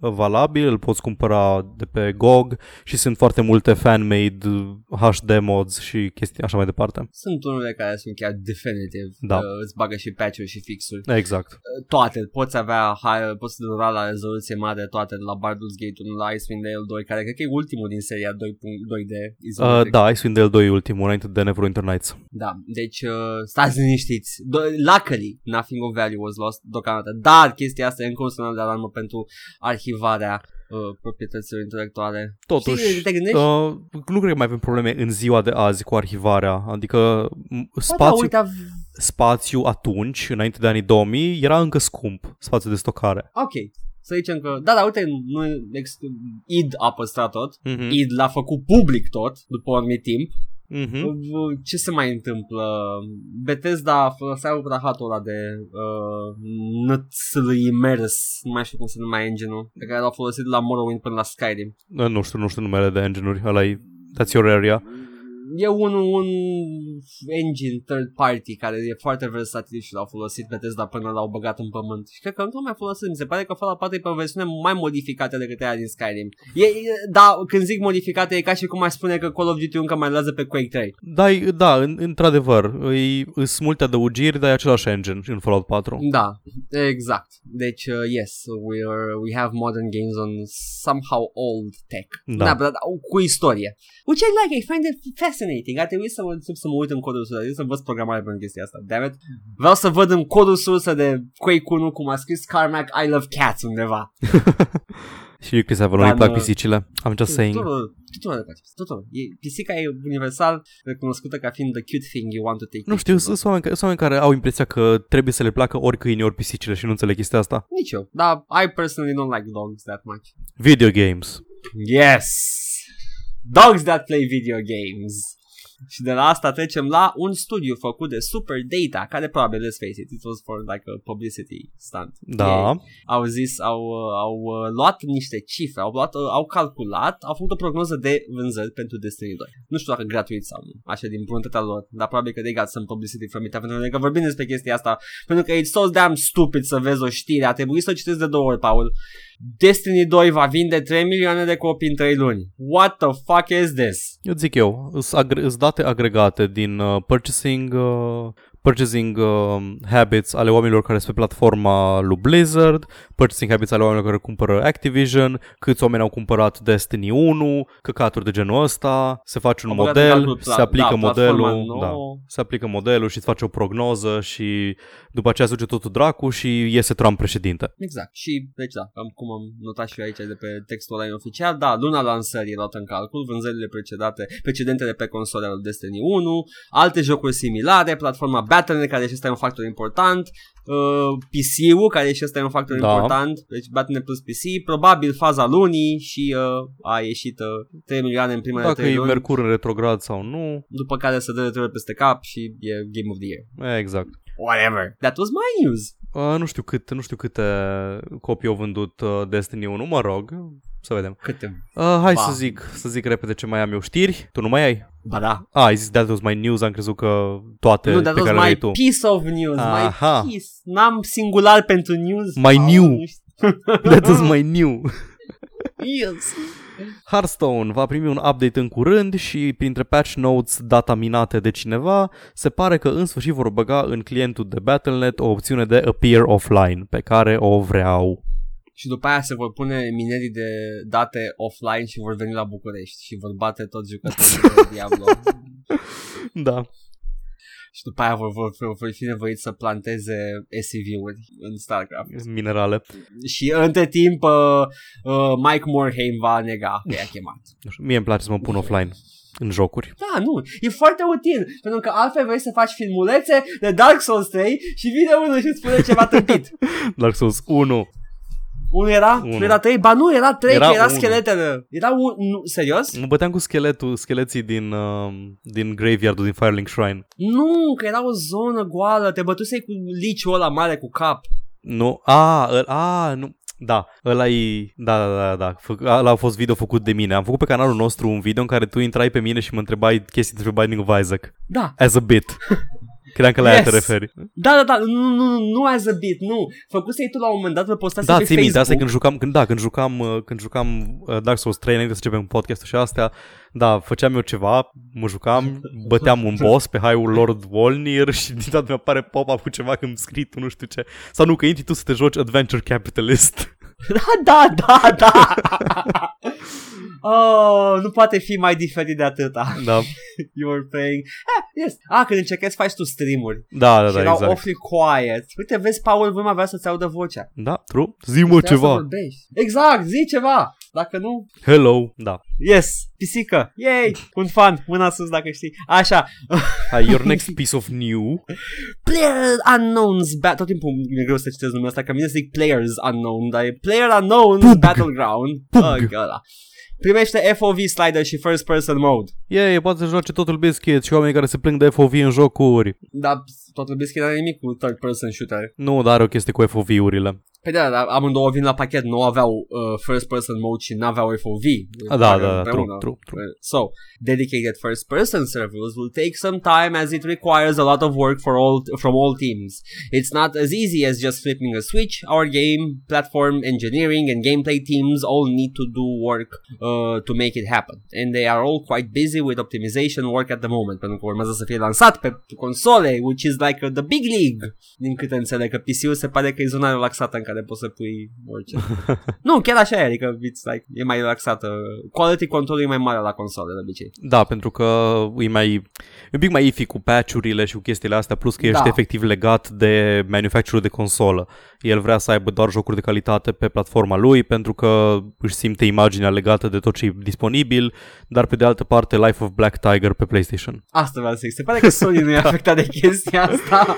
[SPEAKER 2] uh, valabil, îl poți cumpăra de pe GOG și sunt foarte multe fan-made uh, HD mods și chestii așa mai departe.
[SPEAKER 1] Sunt unele care sunt chiar definitive.
[SPEAKER 2] Da.
[SPEAKER 1] Uh, îți bagă și patch-uri și fixuri.
[SPEAKER 2] Exact.
[SPEAKER 1] Toate. Poți avea, hai, poți dura la rezoluție mare toate, de la Baldur's Gate 1, la Icewind Dale 2, care cred că e ultimul din seria 2, 2D.
[SPEAKER 2] Uh,
[SPEAKER 1] izometric.
[SPEAKER 2] da, Icewind Dale 2 e ultimul, înainte de Neverwinter Nights.
[SPEAKER 1] Da, deci uh, stați liniștiți. Do- luckily, nothing of value was lost deocamdată. Dar chestia asta e încă un semnal de alarmă pentru arhivarea uh, proprietăților intelectuale.
[SPEAKER 2] Totuși,
[SPEAKER 1] Știi, te gândești? Uh,
[SPEAKER 2] uh, nu cred că mai avem probleme în ziua de azi cu arhivarea. Adică m-
[SPEAKER 1] da,
[SPEAKER 2] spațiu,
[SPEAKER 1] uite, av-
[SPEAKER 2] spațiu atunci, înainte de anii 2000, era încă scump spațiu de stocare.
[SPEAKER 1] ok, să zicem că, da, da, uite, nu, ex- id a păstrat tot.
[SPEAKER 2] Mhm.
[SPEAKER 1] Id l-a făcut public tot după un anumit timp.
[SPEAKER 2] Mhm.
[SPEAKER 1] V- Ce se mai întâmplă? Bethesda folosea rahatul ăla de uh, Nutslimers, nu mai știu cum se numea engine-ul, pe care l-au folosit de la Morrowind până la Skyrim.
[SPEAKER 2] Uh, Nu știu, nu știu numele de engine-uri, ăla e... That's your area.
[SPEAKER 1] E un, un engine third party care e foarte versatil și l-au folosit Bethesda până l-au băgat în pământ. Și cred că încă nu mai folosit. Mi se pare că Fallout 4 e pe o versiune mai modificată decât aia din Skyrim. E, e, da, când zic modificată e ca și cum aș spune că Call of Duty încă mai lează pe Quake 3.
[SPEAKER 2] Da, e- da în- într-adevăr, îi- sunt multe adăugiri, dar e același engine în Fallout 4.
[SPEAKER 1] Da, exact. Deci, uh, yes, we, are, we have modern games on somehow old tech.
[SPEAKER 2] Da.
[SPEAKER 1] da, dar cu istorie. Which I like, I find it fascinating. A trebuit să mă încep să mă uit în codul sursă, să văd programare pentru chestia asta, damn it. Vreau să văd în codul sursă de Quake 1 cum a scris Carmack I love cats undeva.
[SPEAKER 2] Și lui Chris Avalon
[SPEAKER 1] Dar
[SPEAKER 2] îi plac
[SPEAKER 1] nu-
[SPEAKER 2] pisicile. I'm just saying.
[SPEAKER 1] Tuturor, tuturor, le place, tuturor. E, pisica e universal recunoscută ca fiind the cute thing you want to take.
[SPEAKER 2] Nu știu,
[SPEAKER 1] pictures
[SPEAKER 2] sunt oameni, care- sunt oameni care au impresia că trebuie să le placă ori câinii, ori pisicile și nu înțeleg chestia asta.
[SPEAKER 1] Nici eu, dar I personally don't like dogs that much.
[SPEAKER 2] Video games.
[SPEAKER 1] Yes! Dogs that play video games. Și de la asta trecem la un studiu făcut de Super Data, care probabil, let's face it, it was for like a publicity stunt.
[SPEAKER 2] Da.
[SPEAKER 1] Ei au zis, au, uh, au uh, luat niște cifre, au, luat, uh, au calculat, au făcut o prognoză de vânzări pentru Destiny 2. Nu știu dacă gratuit sau nu, așa din bunătatea lor, dar probabil că they got some publicity from it, pentru că vorbim despre chestia asta, pentru că it's so damn stupid să vezi o știre, a trebuit să o citesc de două ori, Paul. Destiny 2 va vinde 3 milioane de copii în 3 luni. What the fuck is this?
[SPEAKER 2] Eu zic eu, sunt agre- sunt date agregate din uh, purchasing, uh, purchasing uh, habits ale oamenilor care sunt pe platforma lui Blizzard, purchasing habits ale oamenilor care cumpără Activision, câți oameni au cumpărat Destiny 1, căcaturi de genul ăsta, se face un
[SPEAKER 1] Au băgat în
[SPEAKER 2] model,
[SPEAKER 1] calcul pla-
[SPEAKER 2] se aplică
[SPEAKER 1] da, platforma
[SPEAKER 2] modelul, da,
[SPEAKER 1] nouă.
[SPEAKER 2] se aplică modelul și îți face o prognoză și după aceea se duce totul dracu și iese Trump președinte.
[SPEAKER 1] Exact. Și, deci da, am, cum am notat și eu aici de pe textul online oficial, da, luna lansării e luată în calcul, vânzările precedate, precedentele pe consolele Destiny 1, alte jocuri similare, platforma Battle.net, care și ăsta e un factor important, uh, PC-ul, care și ăsta e un factor
[SPEAKER 2] Da.
[SPEAKER 1] important, deci Battle.net plus PC, probabil faza lunii și uh, a ieșit uh, 3 milioane în primele
[SPEAKER 2] Dacă
[SPEAKER 1] 3
[SPEAKER 2] e
[SPEAKER 1] luni,
[SPEAKER 2] Mercur în retrograd sau nu,
[SPEAKER 1] după care se dă de trei ori peste cap și e Game of the Year.
[SPEAKER 2] e, exact.
[SPEAKER 1] Whatever. That was my news.
[SPEAKER 2] Uh, nu știu cât, nu știu câte copii au vândut uh, Destiny 1, mă rog, să vedem.
[SPEAKER 1] Câte...
[SPEAKER 2] Uh, hai
[SPEAKER 1] Ba.
[SPEAKER 2] să zic, să zic repede ce mai am eu știri. Tu nu mai ai?
[SPEAKER 1] Ba da,
[SPEAKER 2] Ah, ai zis that was my news, am crezut că toate
[SPEAKER 1] nu,
[SPEAKER 2] pe
[SPEAKER 1] dar
[SPEAKER 2] care
[SPEAKER 1] was
[SPEAKER 2] le ai
[SPEAKER 1] my
[SPEAKER 2] tu.
[SPEAKER 1] piece of news,
[SPEAKER 2] Aha.
[SPEAKER 1] my piece. N-am singular pentru news.
[SPEAKER 2] My
[SPEAKER 1] Au,
[SPEAKER 2] new.
[SPEAKER 1] nu știu.
[SPEAKER 2] That was my new.
[SPEAKER 1] Yes.
[SPEAKER 2] Hearthstone va primi un update în curând și printre patch notes data minate de cineva, se pare că în sfârșit vor băga în clientul de Battle.net o opțiune de appear offline pe care o vreau.
[SPEAKER 1] și după aia se vor pune minerii de date offline și vor veni la București și vor bate toți jucătorii de Diablo.
[SPEAKER 2] Da.
[SPEAKER 1] și după aia vor, vor, vor, vor fi nevoiți să planteze SCV-uri în StarCraft.
[SPEAKER 2] Minerale.
[SPEAKER 1] Și între timp uh, uh, Mike Morhaime va nega că i-a chemat.
[SPEAKER 2] Nu știu, mie îmi place să mă pun offline în jocuri.
[SPEAKER 1] Da, nu, e foarte util, pentru că altfel vrei să faci filmulețe de Dark Souls 3 și vine unul și îți spune ceva tâmpit.
[SPEAKER 2] Dark Souls 1.
[SPEAKER 1] Unul era?
[SPEAKER 2] Unu.
[SPEAKER 1] Unul. Era 3? Ba nu, era 3,
[SPEAKER 2] Era Mm.
[SPEAKER 1] era, că era
[SPEAKER 2] unu.
[SPEAKER 1] scheletele. Era un... Nu, serios?
[SPEAKER 2] Mă băteam cu scheletul, scheleții din, uh, din graveyard-ul din Firelink Shrine.
[SPEAKER 1] Nu, că era o zonă goală, te bătusei cu liciul ăla mare cu cap.
[SPEAKER 2] Nu? A, ăl, a, nu. Da, ăla e... Da, da, da, da. Fă- Ăla a fost video făcut de mine. Am făcut pe canalul nostru un video în care tu intrai pe mine și mă întrebai chestii despre Binding of Isaac.
[SPEAKER 1] Da,
[SPEAKER 2] As a bit. Credeam că la yes. aia
[SPEAKER 1] Yes.
[SPEAKER 2] te referi.
[SPEAKER 1] da, da, da, nu, nu, nu, nu as a beat, nu. Făcusei tu la un moment dat, pe postase
[SPEAKER 2] Da,
[SPEAKER 1] pe
[SPEAKER 2] ții minte,
[SPEAKER 1] Facebook.
[SPEAKER 2] asta e când jucam, când, da, când jucam, uh, când jucam uh, Dark Souls 3 înainte să începem podcastul și astea, da, făceam eu ceva, mă jucam, băteam un boss pe haiul Lord Volnir și din dată mi-apare pop-up cu ceva când scrii tu nu știu ce. Sau nu, că intri tu să te joci Adventure Capitalist.
[SPEAKER 1] Da, da, da, da. oh, nu poate fi mai diferit de atâta.
[SPEAKER 2] Da,
[SPEAKER 1] You were playing. Ah, yes. Ah, când încercai să faci tu stream-uri.
[SPEAKER 2] da, da,
[SPEAKER 1] și
[SPEAKER 2] da
[SPEAKER 1] erau
[SPEAKER 2] exact.
[SPEAKER 1] awfully quiet. Uite, vezi, Paul, voi mai avea să-ți audă vocea.
[SPEAKER 2] Da, true. Zi-mă
[SPEAKER 1] Trebuia Să
[SPEAKER 2] ceva.
[SPEAKER 1] vorbești. exact, zi ceva. Dacă nu,
[SPEAKER 2] Hello. Da.
[SPEAKER 1] yes, pisică, yay, un fan, mâna sus dacă știi. Așa,
[SPEAKER 2] Hi, your next piece of new.
[SPEAKER 1] Player Unknowns Battle Tot timpul mi-e greu să citesc numele ăsta Că mine zic Players Unknown Dar e Player Unknowns
[SPEAKER 2] Pug.
[SPEAKER 1] Battleground
[SPEAKER 2] Pug.
[SPEAKER 1] Ah, găla. Primește FOV slider și first person mode
[SPEAKER 2] Yay, poate să joace totul biscuit și oamenii care se plâng de FOV în jocuri.
[SPEAKER 1] Dar toată biscuit n-are nimic cu third person shooter
[SPEAKER 2] Nu, dar are o chestie cu FOV-urile.
[SPEAKER 1] Pe da, dar amândouă vin la pachet Nu aveau uh, first person mode și n-aveau FOV
[SPEAKER 2] Da, da, da, true, true, true.
[SPEAKER 1] So, dedicated first person servers will take some time as it requires a lot of work for all from all teams. It's not as easy as just flipping a switch. Our game, platform engineering, and gameplay teams all need to do work uh, to make it happen. And they are all quite busy with optimization work at the moment, pentru că urmează să fie lansat pe console, which is like uh, the big league. Din câte înțeleg că PC-ul se pare că e zona relaxată în care poți să pui orice. nu, chiar așa e, adică it's like, e mai relaxată. Quality control e mai mare la console de obicei.
[SPEAKER 2] Da, pentru că e mai e un pic mai ifi cu patch-urile și cu chestiile astea, plus că ești
[SPEAKER 1] Da.
[SPEAKER 2] efectiv legat de manufacturerul de consolă. El vrea să aibă doar jocuri de calitate pe platforma lui, pentru că își simte imaginea legată de tot ce e disponibil, dar pe de altă parte Life of Black Tiger pe PlayStation.
[SPEAKER 1] Asta vreau să zic. Se pare că Sony nu e afectat de chestia asta.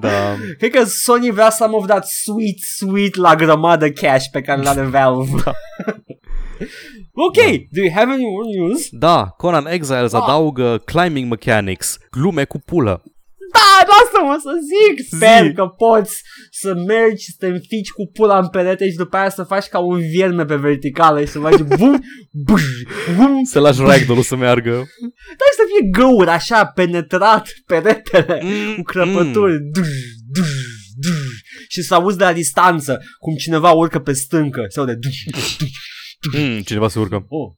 [SPEAKER 2] Da.
[SPEAKER 1] Cred că Sony vrea să mă dat sweet, sweet la grămadă cash pe care l-are Valve. ok, do you have any more news?
[SPEAKER 2] da, Conan Exiles
[SPEAKER 1] Ah.
[SPEAKER 2] adaugă climbing mechanics, glume cu pulă.
[SPEAKER 1] Da, lasă-mă să zic! Sper
[SPEAKER 2] Zi.
[SPEAKER 1] că poți să mergi, să te înfici cu pula în perete și după aia să faci ca un vierme pe verticală și să faci bum, buj, bum.
[SPEAKER 2] Să lași ragdoll să meargă.
[SPEAKER 1] Dar să fie găuri așa, penetrat peretele. cu crăpături
[SPEAKER 2] Mm.
[SPEAKER 1] duj, duj, duj, și să auzi de la distanță cum cineva urcă pe stâncă sau de duj, duj, duj.
[SPEAKER 2] Mm, mm, cineva se urcă.
[SPEAKER 1] Oh.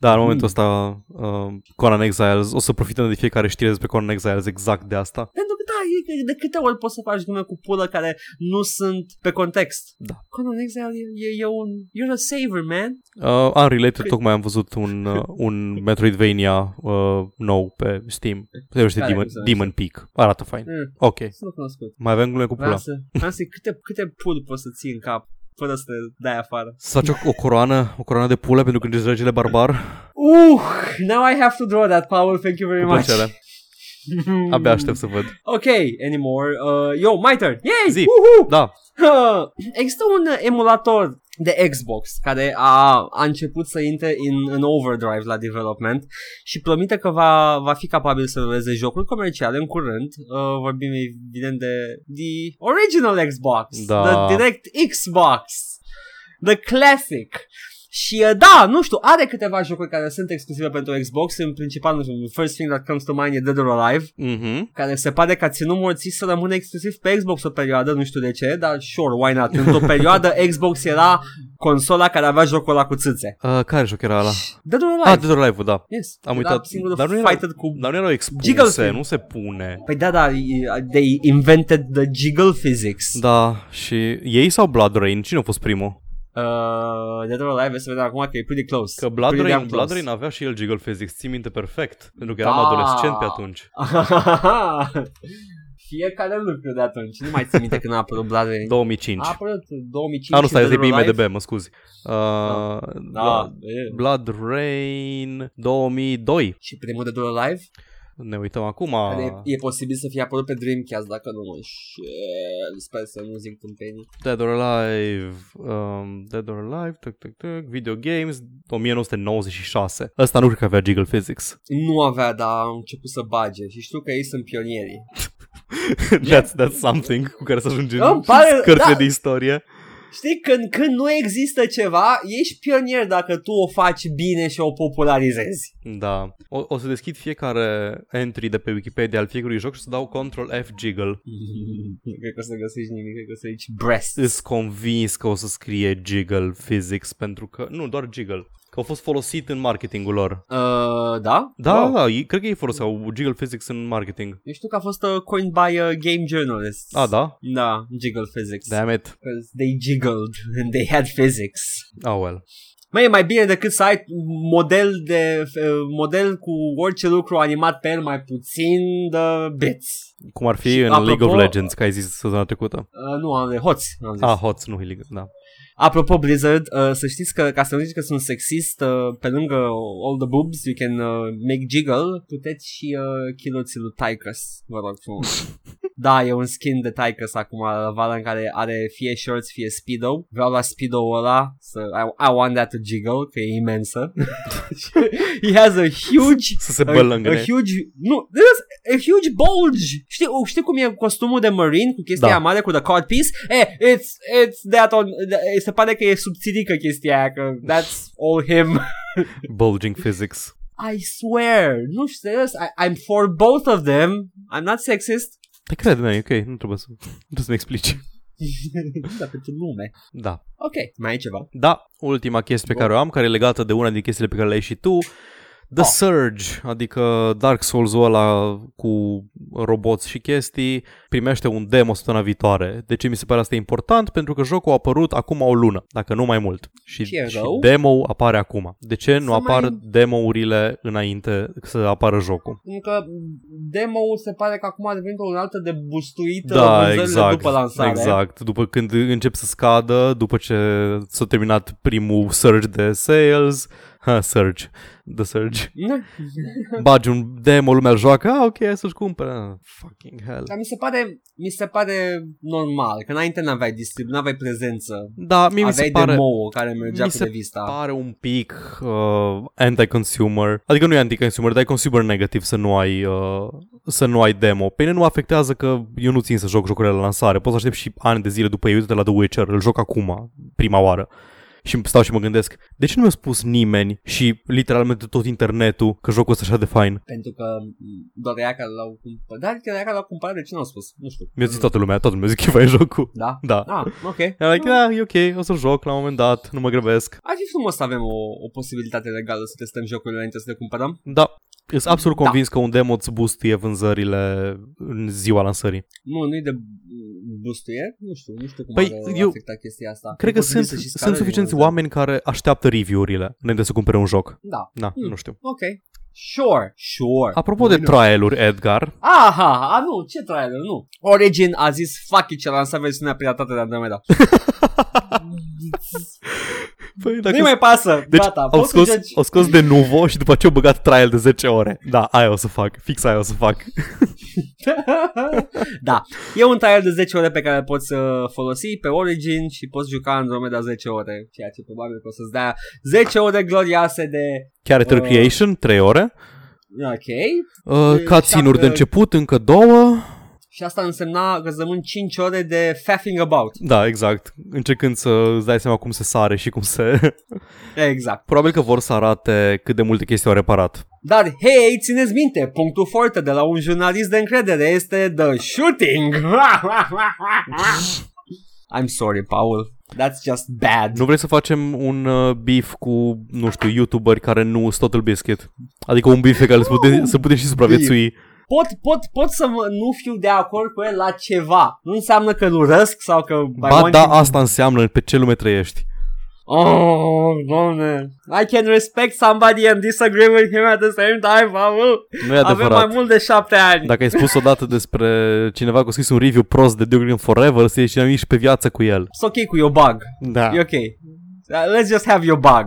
[SPEAKER 2] Da, în momentul ăsta uh, Conan Exiles, o să profităm de fiecare știre despre Conan Exiles exact de asta.
[SPEAKER 1] Pentru că da, e, că de câte ori poți să faci glume cu pulă care nu sunt pe context.
[SPEAKER 2] Da.
[SPEAKER 1] Conan Exile e, e, e un... You're a saver, man.
[SPEAKER 2] Uh, unrelated, tocmai am văzut un, uh, un Metroidvania uh, nou pe Steam. Se numește
[SPEAKER 1] Care
[SPEAKER 2] Demon,
[SPEAKER 1] nu se numește?
[SPEAKER 2] Demon Peak. Arată fain.
[SPEAKER 1] Mm,
[SPEAKER 2] Ok.
[SPEAKER 1] sunt cunoscut.
[SPEAKER 2] Mai avem glume cu pula.
[SPEAKER 1] Vreau să, vreau să zic câte, câte pul poți să ții în cap fără să te dai afară.
[SPEAKER 2] Să faci o, o coroană, o coroană de pule pentru când ești regele barbar.
[SPEAKER 1] Uh, now I have to draw that, Paul. Thank you very
[SPEAKER 2] Cu
[SPEAKER 1] much.
[SPEAKER 2] plăcere.
[SPEAKER 1] Mm.
[SPEAKER 2] Abia aștept să văd.
[SPEAKER 1] Ok, anymore. Uh, yo, my turn. Yay!
[SPEAKER 2] Zi.
[SPEAKER 1] Uhu!
[SPEAKER 2] Da.
[SPEAKER 1] Hă, Există un emulator de Xbox care a, a început să intre în, în overdrive la development și promite că va, va fi capabil să realizeze jocuri comerciale în curând. Uh, vorbim evident de the original Xbox,
[SPEAKER 2] Da.
[SPEAKER 1] the direct Xbox, the classic. Și uh, da, nu știu, are câteva jocuri care sunt exclusive pentru Xbox, în principal, nu știu, first thing that comes to mind e Dead or Alive,
[SPEAKER 2] Mhm.
[SPEAKER 1] care se pare că a ținut morții să rămână exclusiv pe Xbox o perioadă, nu știu de ce, dar sure, why not? Într-o perioadă Xbox era consola care avea jocul ăla cu țâțe.
[SPEAKER 2] Uh, care joc era ăla?
[SPEAKER 1] Dead or Alive.
[SPEAKER 2] Ah, Dead or Alive, da.
[SPEAKER 1] yes,
[SPEAKER 2] Am
[SPEAKER 1] era
[SPEAKER 2] uitat.
[SPEAKER 1] Singurul
[SPEAKER 2] Dar nu era- Da.
[SPEAKER 1] fighter cu
[SPEAKER 2] Dar nu erau expuse,
[SPEAKER 1] Jiggle.
[SPEAKER 2] nu se pune.
[SPEAKER 1] Păi da, da, e- they invented the jiggle physics.
[SPEAKER 2] Da, și ei sau Blood Rain? Cine a fost primul?
[SPEAKER 1] Uh, Dead or Alive, să vedem acum că e pretty close.
[SPEAKER 2] Că Blood
[SPEAKER 1] pretty
[SPEAKER 2] Rain,
[SPEAKER 1] damn
[SPEAKER 2] Blood
[SPEAKER 1] close.
[SPEAKER 2] Rain avea și el Jiggle Physics, ții minte perfect, pentru că eram
[SPEAKER 1] Da.
[SPEAKER 2] adolescent pe atunci.
[SPEAKER 1] Fiecare lucru de atunci. Nu mai țin minte când a apărut Blood Rain.
[SPEAKER 2] 2005.
[SPEAKER 1] A apărut 2005
[SPEAKER 2] Ah, nu, stai,
[SPEAKER 1] Dead
[SPEAKER 2] de pe
[SPEAKER 1] or Alive?
[SPEAKER 2] IMDB, mă scuzi. Uh,
[SPEAKER 1] Da.
[SPEAKER 2] Blood-
[SPEAKER 1] e.
[SPEAKER 2] Blood Rain 2002.
[SPEAKER 1] Și primul Dead or Alive?
[SPEAKER 2] Ne uităm acum.
[SPEAKER 1] Care Adică e posibil să fie apărut pe Dreamcast, dacă nu mă înșel. Sper să nu zic tâmpenii.
[SPEAKER 2] Dead or Alive, um, Dead or Alive, tuc, tuc, tuc, Video Games, 1996. Ăsta nu cred că avea Jiggle Physics.
[SPEAKER 1] Nu avea, dar au început să bage. Și știu că ei sunt pionierii.
[SPEAKER 2] that's, that's something cu care să ajungem
[SPEAKER 1] Îmi
[SPEAKER 2] în
[SPEAKER 1] pare-
[SPEAKER 2] cărțile
[SPEAKER 1] da.
[SPEAKER 2] de istorie.
[SPEAKER 1] Știi, când, când nu există ceva, ești pionier dacă tu o faci bine și o popularizezi.
[SPEAKER 2] Da. O, o să deschid fiecare entry de pe Wikipedia al fiecărui joc și să dau Control F Jiggle.
[SPEAKER 1] Cred că o să găsești nimic, cred că o să zici breast.
[SPEAKER 2] Îs convins că o să scrie Jiggle Physics pentru că... Nu, doar Jiggle. Că au fost folosit în marketingul lor.
[SPEAKER 1] Uh, da?
[SPEAKER 2] Da,
[SPEAKER 1] Wow.
[SPEAKER 2] da, ei- cred că ei foloseau Jiggle Physics în marketing.
[SPEAKER 1] Eu știu că a fost uh, coined by uh, game journalists.
[SPEAKER 2] A, da?
[SPEAKER 1] Da, jiggle physics.
[SPEAKER 2] Damn it.
[SPEAKER 1] Because they jiggled and they had physics.
[SPEAKER 2] Oh, well.
[SPEAKER 1] Mai e mai bine decât să ai model, de, uh, model cu orice lucru animat pe el mai puțin de bits.
[SPEAKER 2] Cum ar fi
[SPEAKER 1] Și,
[SPEAKER 2] în
[SPEAKER 1] apropo-
[SPEAKER 2] League of Legends, că ai zis sezona trecută.
[SPEAKER 1] Uh, nu, am de hoți, am zis.
[SPEAKER 2] Ah, Hots, nu League, da.
[SPEAKER 1] Apropo Blizzard, uh, să știți că ca să nu zici că sunt sexist, uh, pe lângă all the boobs you can uh, make jiggle, puteți și uh, chiloții lui Tychus, vă rog frumos. da, e un skin de Tychus acum, la vara în care are fie shorts, fie speedo. Vreau la speedo ăla, să, I, I want that to jiggle, că e imensă. He has a huge
[SPEAKER 2] Să se
[SPEAKER 1] a, a
[SPEAKER 2] bălângăne.
[SPEAKER 1] É huge, nu, there is a huge bulge. Știi, uh, știi cum e costumul de marine cu chestia
[SPEAKER 2] Da.
[SPEAKER 1] da. mare, cu the cod piece? Eh, it's, it's that on, eh, se pare că e subțirică chestia aia, că that's all him.
[SPEAKER 2] Bulging Physics.
[SPEAKER 1] I swear, nu știu, serios, I, I'm for both of them. I'm not sexist.
[SPEAKER 2] Te cred, mai, ok, nu trebuie să, nu trebuie să-mi explici.
[SPEAKER 1] Dar pentru lume.
[SPEAKER 2] Da.
[SPEAKER 1] Ok, mai e ceva?
[SPEAKER 2] Da, ultima chestie pe care o am, care e legată de una din chestiile pe care le-ai și tu, The
[SPEAKER 1] Oh.
[SPEAKER 2] Surge, adică Dark Souls-ul ăla cu roboți și chestii, primește un demo săptămâna viitoare. De ce mi se pare asta important? Pentru că jocul a apărut acum o lună, dacă nu mai mult. Și,
[SPEAKER 1] Ce e
[SPEAKER 2] și
[SPEAKER 1] rău?
[SPEAKER 2] demo apare acum. De ce nu
[SPEAKER 1] Să mai-
[SPEAKER 2] apar demourile înainte să apară jocul?
[SPEAKER 1] Pentru că demo se pare că acum a devenit o altă de bustuită
[SPEAKER 2] Da,
[SPEAKER 1] vânzările
[SPEAKER 2] exact.
[SPEAKER 1] după lansare.
[SPEAKER 2] Exact. După când încep să scadă, după ce s-a terminat primul surge de sales, ha, surge, the surge,
[SPEAKER 1] Né?
[SPEAKER 2] bagi un demo, lumea îl joacă, ah, ok, hai să-l cumpăr. Ah, fucking hell.
[SPEAKER 1] Dar mi se pare, mi se pare normal, că înainte n-aveai distrib, n-aveai prezență.
[SPEAKER 2] Da, mie mi se
[SPEAKER 1] aveai
[SPEAKER 2] pare...
[SPEAKER 1] demo care mergea
[SPEAKER 2] mi
[SPEAKER 1] cu
[SPEAKER 2] se
[SPEAKER 1] revista.
[SPEAKER 2] pare un pic uh, anti-consumer. Adică nu e anti-consumer, dar e consumer negativ să nu ai uh, să nu ai demo. Pe mine nu mă afectează că eu nu țin să joc jocurile la lansare. Pot să aștept și ani de zile după ei, uite la The Witcher, îl joc acum, prima oară. Și stau și mă gândesc, de ce nu mi-a spus nimeni și literalmente tot internetul că jocul ăsta e așa de fain?
[SPEAKER 1] Pentru că m, doar ea care l-au cumpărat. Dar chiar ea care l-au cumpărat, de ce n-au spus? Nu știu.
[SPEAKER 2] Mi-a zis toată lumea, toată lumea zic că e fain jocul.
[SPEAKER 1] Da?
[SPEAKER 2] Da.
[SPEAKER 1] Ah, ok.
[SPEAKER 2] Era like, da, e ok, o să joc la un moment dat, nu mă grăbesc.
[SPEAKER 1] Ar fi frumos să avem o, o posibilitate legală să testăm jocurile înainte să le cumpărăm.
[SPEAKER 2] Da, sunt absolut
[SPEAKER 1] Da.
[SPEAKER 2] convins că un demo îți boostie vânzările în ziua lansării.
[SPEAKER 1] Nu, nu e de m, bustuie? Nu știu, nu știu cum
[SPEAKER 2] Păi,
[SPEAKER 1] ar
[SPEAKER 2] eu-
[SPEAKER 1] afecta chestia asta.
[SPEAKER 2] Cred
[SPEAKER 1] E
[SPEAKER 2] că
[SPEAKER 1] posibil
[SPEAKER 2] sunt,
[SPEAKER 1] să și
[SPEAKER 2] sunt
[SPEAKER 1] scalezi
[SPEAKER 2] suficienți
[SPEAKER 1] vânzări.
[SPEAKER 2] oameni care așteaptă review-urile înainte să cumpere un joc.
[SPEAKER 1] Da.
[SPEAKER 2] Da,
[SPEAKER 1] Hmm.
[SPEAKER 2] nu știu.
[SPEAKER 1] Ok. Sure, sure.
[SPEAKER 2] Apropo de
[SPEAKER 1] Bine.
[SPEAKER 2] trial-uri, Edgar,
[SPEAKER 1] Aha, a, nu, ce trailer, nu. Origin a zis, fuck it, ce lansa versiunea piratată de Andromeda.
[SPEAKER 2] păi,
[SPEAKER 1] Nu-i mai pasă,
[SPEAKER 2] deci
[SPEAKER 1] gata,
[SPEAKER 2] au
[SPEAKER 1] poți să
[SPEAKER 2] scos,
[SPEAKER 1] judeci.
[SPEAKER 2] au scos de nuvo și după ce au băgat trial de 10 ore. Da, aia o să fac, fix aia o să fac.
[SPEAKER 1] da, e un trailer de 10 ore pe care îl poți uh, folosi pe Origin și poți juca Andromeda 10 ore, ceea ce probabil că o să-ți dea 10 ore glorioase de...
[SPEAKER 2] Character
[SPEAKER 1] Uh.
[SPEAKER 2] Creation, 3 ore.
[SPEAKER 1] Ok,
[SPEAKER 2] Uh,
[SPEAKER 1] E,
[SPEAKER 2] Cutscene-uri de
[SPEAKER 1] șapte-
[SPEAKER 2] început, încă două.
[SPEAKER 1] Și asta însemna că să rămân 5 ore de faffing about.
[SPEAKER 2] Da, exact. Încercând să îți dai seama cum se sare și cum se...
[SPEAKER 1] Exact.
[SPEAKER 2] Probabil că vor să arate cât de multe chestii au reparat.
[SPEAKER 1] Dar, hei, țineți minte, punctul forte de la un jurnalist de încredere este the shooting. I'm sorry, Paul. That's just bad.
[SPEAKER 2] Nu vrei să facem un uh, beef cu, nu știu, youtuberi care nu sunt totul biscuit? Adică un beef pe care să putem, să putem și supraviețui.
[SPEAKER 1] Pot, pot, pot să mă, nu fiu de acord cu el la ceva. Nu înseamnă că îl urăsc sau că... I
[SPEAKER 2] Ba
[SPEAKER 1] want
[SPEAKER 2] da,
[SPEAKER 1] him-
[SPEAKER 2] asta înseamnă pe ce lume trăiești.
[SPEAKER 1] Oh, doamne. I can respect somebody and disagree with him at the same time, Paul.
[SPEAKER 2] Nu e
[SPEAKER 1] Avem mai
[SPEAKER 2] adevărat.
[SPEAKER 1] mult de șapte ani.
[SPEAKER 2] Dacă ai spus odată despre cineva că a scris un review prost de Duke Nukem Forever, să ieși nimic și pe viață cu el.
[SPEAKER 1] It's ok cu your bug.
[SPEAKER 2] Da.
[SPEAKER 1] E ok. Uh, let's just have your bug.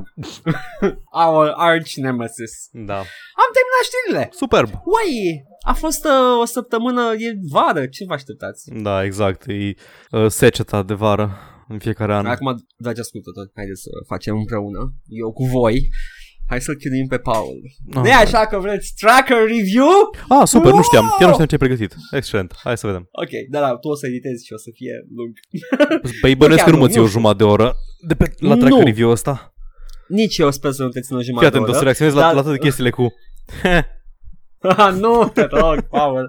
[SPEAKER 1] Our arch nemesis.
[SPEAKER 2] Da.
[SPEAKER 1] Am terminat știrile.
[SPEAKER 2] Superb.
[SPEAKER 1] Uai, a fost uh, o săptămână, e vară, ce vă așteptați?
[SPEAKER 2] Da, exact. E uh, seceta de vară în fiecare an.
[SPEAKER 1] Acum, dragi ascultători, haideți să facem împreună, eu cu voi. Hai să-l chinuim pe Paul.
[SPEAKER 2] Ah.
[SPEAKER 1] Nu e așa că vreți tracker review?
[SPEAKER 2] Ah, super, nu știam.
[SPEAKER 1] Wow!
[SPEAKER 2] Chiar nu știam ce ai pregătit. Excelent. Hai să vedem.
[SPEAKER 1] Ok, da, da, tu o să editezi și o să fie lung.
[SPEAKER 2] Păi bănuiesc că
[SPEAKER 1] chiar
[SPEAKER 2] nu
[SPEAKER 1] nu,
[SPEAKER 2] mă ții
[SPEAKER 1] nu
[SPEAKER 2] o jumătate de oră de pe, la
[SPEAKER 1] Nu.
[SPEAKER 2] track review ăsta.
[SPEAKER 1] Nici eu sper să nu te țină
[SPEAKER 2] Fii
[SPEAKER 1] jumătate
[SPEAKER 2] atent, o să
[SPEAKER 1] oră.
[SPEAKER 2] reacționezi la,
[SPEAKER 1] Dar-
[SPEAKER 2] la toate chestiile cu...
[SPEAKER 1] Ah, nu, te rog, Paul.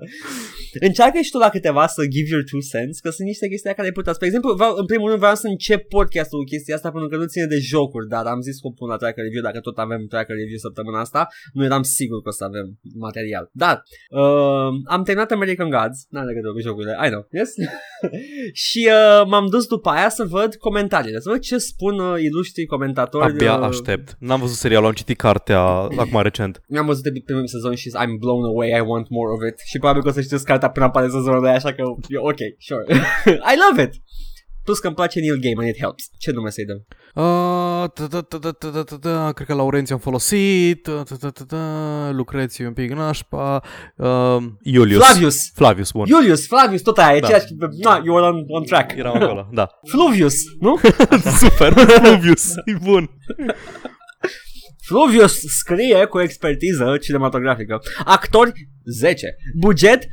[SPEAKER 1] Încearcă și tu la câteva să give your two cents, că sunt niște chestii la care ai putea. Spre exemplu, vreau, în primul rând vreau să încep podcastul cu chestia asta pentru că nu ține de jocuri, dar am zis că o pun la tracker review, dacă tot avem tracker review săptămâna asta, nu eram sigur că o să avem material. Dar uh, am terminat American Gods, n-am legătură cu jocurile, I know, yes? și uh, m-am dus după aia să văd comentariile, să văd ce spun uh, ilustrii comentatori.
[SPEAKER 2] Abia
[SPEAKER 1] uh,
[SPEAKER 2] aștept. N-am văzut serialul, am citit cartea acum recent.
[SPEAKER 1] mi-am văzut de primul sezon și I'm blown away, I want more of it. Și probabil că o să știți cartea până apare sezonul 2, așa că e ok, sure. I love it! Plus că îmi place Neil Gaiman, it helps. Ce nume să-i dăm?
[SPEAKER 2] Uh, ta, ta, ta, ta, ta, ta, ta, ta, Cred că Laurențiu am folosit. ta, ta, ta, ta, ta, Lucrețiu e un pic nașpa. Uh, Iulius.
[SPEAKER 1] Flavius!
[SPEAKER 2] Flavius, bun.
[SPEAKER 1] Julius, Flavius, tot aia, e
[SPEAKER 2] Da.
[SPEAKER 1] ceea ce... Na, you were on, on track.
[SPEAKER 2] Eram acolo, da.
[SPEAKER 1] Fluvius, nu?
[SPEAKER 2] Super, Flavius, e bun.
[SPEAKER 1] Fluvius scrie cu expertiză cinematografică. Actori 10. Buget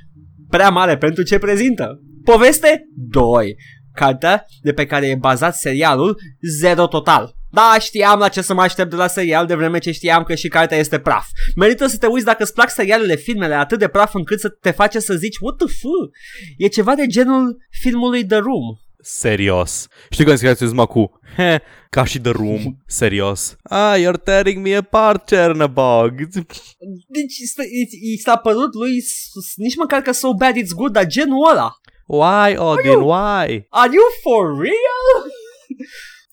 [SPEAKER 1] prea mare pentru ce prezintă. Poveste 2. Cartea de pe care e bazat serialul 0 total. Da, știam la ce să mă aștept de la serial de vreme ce știam că și cartea este praf. Merită să te uiți dacă îți plac serialele, filmele atât de praf încât să te face să zici What the fuck? E ceva de genul filmului The Room.
[SPEAKER 2] Serios. Știi că îmi scrie cu He, ca și The Room, serios. Ah, you're tearing me apart, Chernabog.
[SPEAKER 1] Deci stă- i- i s-a părut lui s- s- nici măcar că so bad it's good, dar genul ăla.
[SPEAKER 2] Why, Odin, why?
[SPEAKER 1] Are you for real?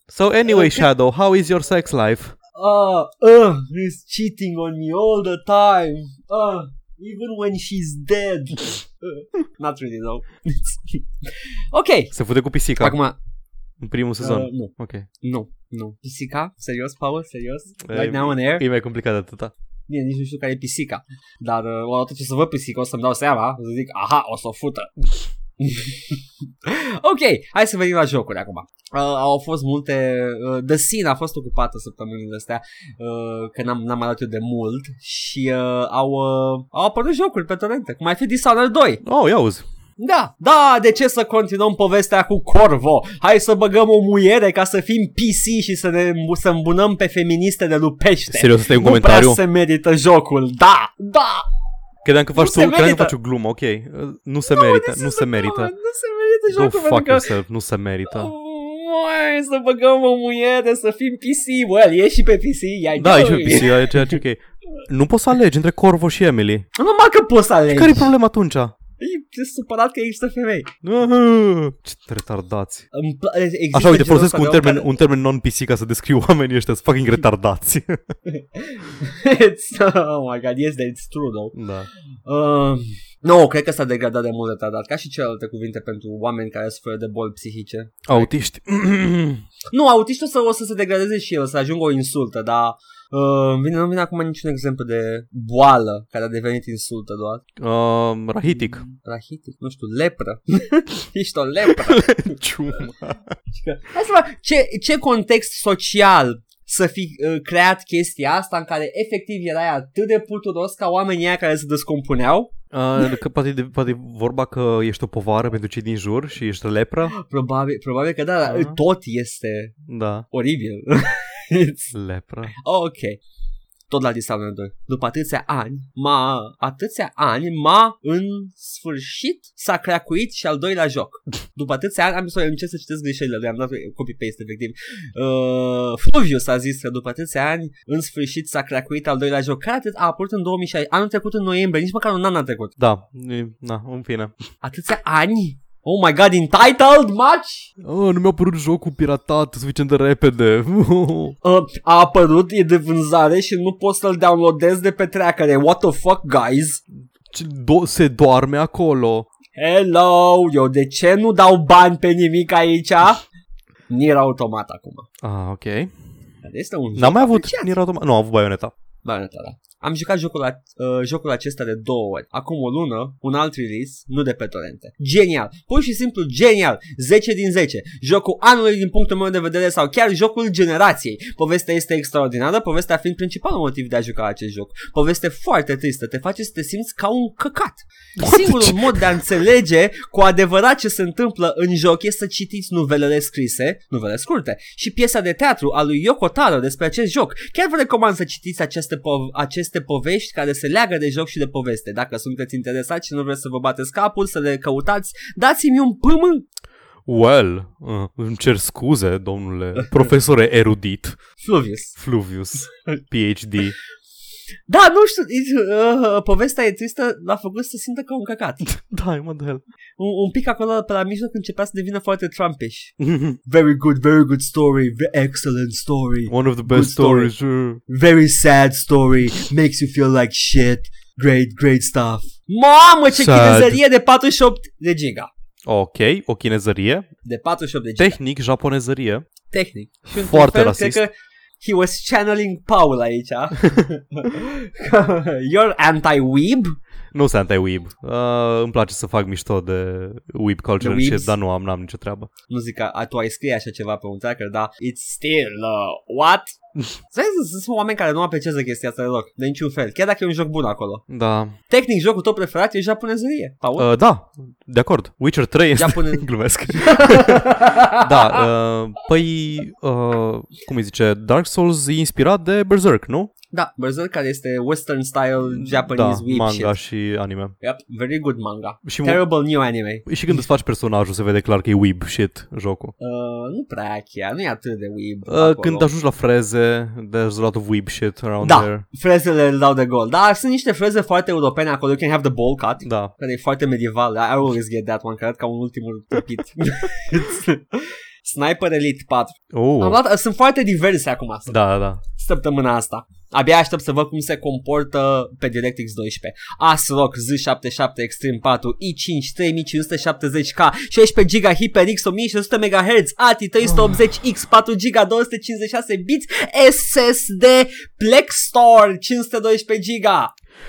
[SPEAKER 2] So anyway, Shadow, how is your sex life?
[SPEAKER 1] Uh, uh, he's cheating on me all the time. Uh, even when she's dead. Uh, not really, no. ok.
[SPEAKER 2] Se fute cu pisica
[SPEAKER 1] Acum, uh,
[SPEAKER 2] în primul sezon.
[SPEAKER 1] nu,
[SPEAKER 2] ok.
[SPEAKER 1] nu, nu. Pisica? Serios, Paul? Serios?
[SPEAKER 2] Eh,
[SPEAKER 1] Right now on air?
[SPEAKER 2] E mai complicat de atâta.
[SPEAKER 1] Bine, nici nu știu care e pisica. Dar uh, odată ce să văd pisica, o să-mi dau seama, o să zic, aha, o să o fută. ok, hai să venim la jocuri acum. Uh, au fost multe... Uh, The Scene a fost ocupată săptămânile astea, uh, că n-am, n-am arătat eu de mult și uh, au, uh, au apărut jocuri pe torente, cum ar fi Dishonored 2.
[SPEAKER 2] Oh, ia uzi.
[SPEAKER 1] Da, da, de ce să continuăm povestea cu Corvo? Hai să băgăm o muiere ca să fim PC și să ne să îmbunăm pe feministe de lupește.
[SPEAKER 2] Serios, ăsta e un
[SPEAKER 1] Nu
[SPEAKER 2] comentariu?
[SPEAKER 1] prea se merită jocul, da, da.
[SPEAKER 2] Credeam că faci,
[SPEAKER 1] se
[SPEAKER 2] tu, credeam că
[SPEAKER 1] merită.
[SPEAKER 2] faci o glumă, ok. Uh, Nu se merită,
[SPEAKER 1] this
[SPEAKER 2] nu
[SPEAKER 1] is
[SPEAKER 2] se
[SPEAKER 1] the problem.
[SPEAKER 2] merită.
[SPEAKER 1] Nu se merită
[SPEAKER 2] Go
[SPEAKER 1] jocul
[SPEAKER 2] fuck
[SPEAKER 1] pentru că...
[SPEAKER 2] yourself, nu se merită.
[SPEAKER 1] Măi, să băgăm o muiere, să fim PC, well, e și pe PC, ia
[SPEAKER 2] Da, e și pe pisica, e ceea ce e ok. Nu poți să alegi între Corvo și Emily.
[SPEAKER 1] Numai că poți să alegi.
[SPEAKER 2] Care-i problema atunci?
[SPEAKER 1] E supărat că există femei.
[SPEAKER 2] Aha, Ce retardați.
[SPEAKER 1] Îmi pla- există
[SPEAKER 2] Așa, uite,
[SPEAKER 1] genul ăsta
[SPEAKER 2] folosesc un
[SPEAKER 1] de om
[SPEAKER 2] termen,
[SPEAKER 1] care-
[SPEAKER 2] un termen non-PC ca să descriu oamenii ăștia, sunt fucking retardați.
[SPEAKER 1] It's- oh my god, yes, that's true, though.
[SPEAKER 2] da.
[SPEAKER 1] Uh, nu, cred că s-a degradat de mult retardat, ca și celelalte cuvinte pentru oameni care suferă de boli psihice.
[SPEAKER 2] Autiști.
[SPEAKER 1] Nu, autistul să, o să se degradeze și el, o să ajungă o insultă, dar uh, îmi vine, nu vine acum niciun exemplu de boală care a devenit insultă doar.
[SPEAKER 2] um, rahitic.
[SPEAKER 1] Rahitic, nu știu, lepră. Ești o lepră.
[SPEAKER 2] Ciuma.
[SPEAKER 1] Hai să vă- ce, ce context social să fi uh, creat chestia asta în care efectiv erai atât de puturos ca oamenii aia care se descompuneau
[SPEAKER 2] Uh, că poate, de- poate e vorba că ești o povară pentru cei din jur și ești lepra?
[SPEAKER 1] Probabil, probabil că da, dar
[SPEAKER 2] Ah.
[SPEAKER 1] tot este
[SPEAKER 2] Da.
[SPEAKER 1] oribil. It's-
[SPEAKER 2] Lepra.
[SPEAKER 1] ok. Tot la Dishonored 2. După atâția ani, ma, atâția ani, ma, în sfârșit, s-a creacuit și al doilea joc. După atâția ani, am să încerc să citesc greșelile, le-am dat copy-paste, efectiv. Uh, Fluvius a zis că după atâția ani, în sfârșit, s-a creacuit al doilea joc, care a apărut în 2006, anul trecut în noiembrie, nici măcar un an a trecut.
[SPEAKER 2] Da, e, na, în fine.
[SPEAKER 1] Atâția ani? Oh my god, entitled match?
[SPEAKER 2] Oh, nu mi-a apărut jocul piratat suficient de repede.
[SPEAKER 1] Uh, a apărut, e de vânzare și nu pot să-l downloadez de pe treacăre. What the fuck, guys?
[SPEAKER 2] Ce do- se doarme acolo.
[SPEAKER 1] Hello, eu de ce nu dau bani pe nimic aici? Nier Automat acum.
[SPEAKER 2] Ah, ok.
[SPEAKER 1] Care Este un
[SPEAKER 2] N-am mai avut
[SPEAKER 1] apreciat.
[SPEAKER 2] Nier Automata. Nu, am avut Bayonetta.
[SPEAKER 1] Bayonetta, da. Am jucat jocul, a, uh, jocul acesta de două ori. Acum o lună, un alt release, nu de pe torente. Genial! Pur și simplu genial! 10 din 10. Jocul anului din punctul meu de vedere sau chiar jocul generației. Povestea este extraordinară, povestea fiind principalul motiv de a juca acest joc. Poveste foarte tristă, te face să te simți ca un căcat. Păi, Singurul mod de a înțelege cu adevărat ce se întâmplă în joc e să citiți novelele scrise, novele scurte, și piesa de teatru a lui Yoko Taro despre acest joc. Chiar vă recomand să citiți aceste, po- aceste povești care se leagă de joc și de poveste. Dacă sunteți interesați și nu vreți să vă bateți capul, să le căutați, dați-mi un pm.
[SPEAKER 2] Well, uh, îmi cer scuze, domnule profesore erudit
[SPEAKER 1] Fluvius.
[SPEAKER 2] Fluvius, PhD.
[SPEAKER 1] Da, nu știu, uh, povestea e tristă, l-a făcut să simtă ca un căcat.
[SPEAKER 2] Da, mă de hell.
[SPEAKER 1] Un, un pic acolo pe la mijloc începea să devină foarte trumpish. Very good, very good story, ve- excellent story.
[SPEAKER 2] One of the
[SPEAKER 1] Good
[SPEAKER 2] best
[SPEAKER 1] story.
[SPEAKER 2] stories. uh.
[SPEAKER 1] very sad story, makes you feel like shit, great, great stuff. Mamă, ce
[SPEAKER 2] Sad.
[SPEAKER 1] chinezărie de 48 de giga.
[SPEAKER 2] Ok, o chinezărie.
[SPEAKER 1] De 48 de giga,
[SPEAKER 2] Tehnic, japonezărie.
[SPEAKER 1] tehnic. Și într-un
[SPEAKER 2] Foarte
[SPEAKER 1] fel,
[SPEAKER 2] rasist.
[SPEAKER 1] Cred că he was channeling Paul aici. You're anti-weeb?
[SPEAKER 2] Nu sunt anti-weeb. Uh, îmi place să fac mișto de weeb culture
[SPEAKER 1] De
[SPEAKER 2] and shit,
[SPEAKER 1] weebs?
[SPEAKER 2] dar nu am, n-am nicio treabă.
[SPEAKER 1] Nu zic că a, tu ai scrie așa ceva pe un tracker, dar it's still, uh, what? Să vezi, sunt- sunt oameni care nu apreciază chestia asta deloc, de niciun fel, chiar dacă e un joc bun acolo.
[SPEAKER 2] Da.
[SPEAKER 1] Tehnic, jocul tău preferat e japonezărie, Paul.
[SPEAKER 2] Uh, da, de acord. Witcher 3 este...
[SPEAKER 1] Japonez...
[SPEAKER 2] Glumesc. da, uh, păi, uh, cum îi zice, Dark Souls e inspirat de Berserk, nu?
[SPEAKER 1] Da, Berserk care este western style Japanese
[SPEAKER 2] da,
[SPEAKER 1] weeb
[SPEAKER 2] manga
[SPEAKER 1] shit.
[SPEAKER 2] și anime.
[SPEAKER 1] Yep, very good manga.
[SPEAKER 2] Și, mu-
[SPEAKER 1] Terrible new anime.
[SPEAKER 2] și când îți faci personajul se vede clar că e weeb shit jocul.
[SPEAKER 1] Uh, nu prea chiar, nu e atât de weeb
[SPEAKER 2] Uh,
[SPEAKER 1] acolo.
[SPEAKER 2] când ajungi la freze, there's a lot of weeb shit around
[SPEAKER 1] Da.
[SPEAKER 2] there.
[SPEAKER 1] Frezele îl dau de gol. Dar sunt niște freze foarte europene acolo. You can have the bowl cut.
[SPEAKER 2] Da.
[SPEAKER 1] Care e foarte medieval. I always get that one. Care arată ca un ultimul tăpit. Sniper Elite 4. Am
[SPEAKER 2] Oh.
[SPEAKER 1] luat, sunt foarte diverse acum. Sunt
[SPEAKER 2] Da, da, da.
[SPEAKER 1] săptămâna asta. Abia aștept să văd cum se comportă pe DirectX 12. ASRock Z77 Extreme 4, i5 3570K, 16 GB HyperX 1600 MHz, ATI 380X, 4 GB 256 bits, SSD Plex Store 512 GB.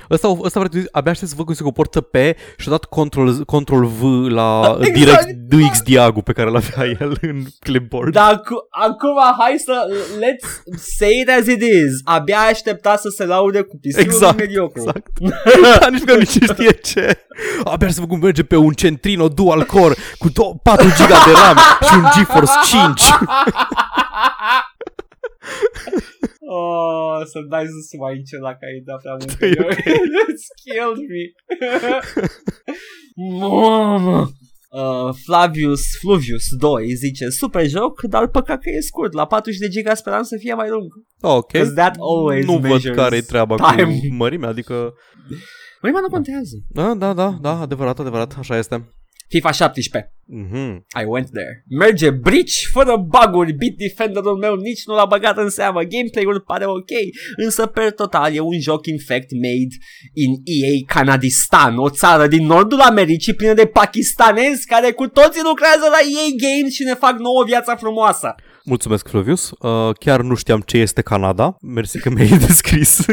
[SPEAKER 2] Ăsta, ăsta vreau să zic, abia aștept să văd cum se comportă pe și a dat control, control V la
[SPEAKER 1] Exact. Da.
[SPEAKER 2] direct DX Diagu pe care l-avea el în clipboard.
[SPEAKER 1] Dar acu- acum hai să let's say it as it is. Abia aștepta să se laude cu pisiul
[SPEAKER 2] Exact,
[SPEAKER 1] mediocru.
[SPEAKER 2] Exact. Dar nici măcar nu știe ce. Abia să văd cum merge pe un Centrino dual core cu do- 4 GB de RAM și un GeForce 5.
[SPEAKER 1] Oh, să-mi dai sus mai aici dacă ai dat prea mult.
[SPEAKER 2] Da, e ok.
[SPEAKER 1] It's killed me. Mamă! Uh, Flavius Fluvius 2 zice Super joc, dar păcat că e scurt La 40 de giga speram să fie mai lung
[SPEAKER 2] Ok.
[SPEAKER 1] 'Cause that always
[SPEAKER 2] nu văd
[SPEAKER 1] measures
[SPEAKER 2] care e treaba
[SPEAKER 1] time.
[SPEAKER 2] cu mărimea, adică...
[SPEAKER 1] Măi, mă, nu contează
[SPEAKER 2] Da, da, da, da, adevărat, adevărat, așa este.
[SPEAKER 1] FIFA 17
[SPEAKER 2] Mhm.
[SPEAKER 1] I went there Merge bridge fără baguri Beat defenderul meu nici nu l-a băgat în seamă Gameplay-ul pare ok Însă per total e un joc in fact made in EA Canadistan, o țară din nordul Americii plină de pakistanezi care cu toții lucrează la EA Games și ne fac nouă viața frumoasă.
[SPEAKER 2] Mulțumesc, Flavius. Uh, chiar nu știam ce este Canada. Mersi că mi-ai descris.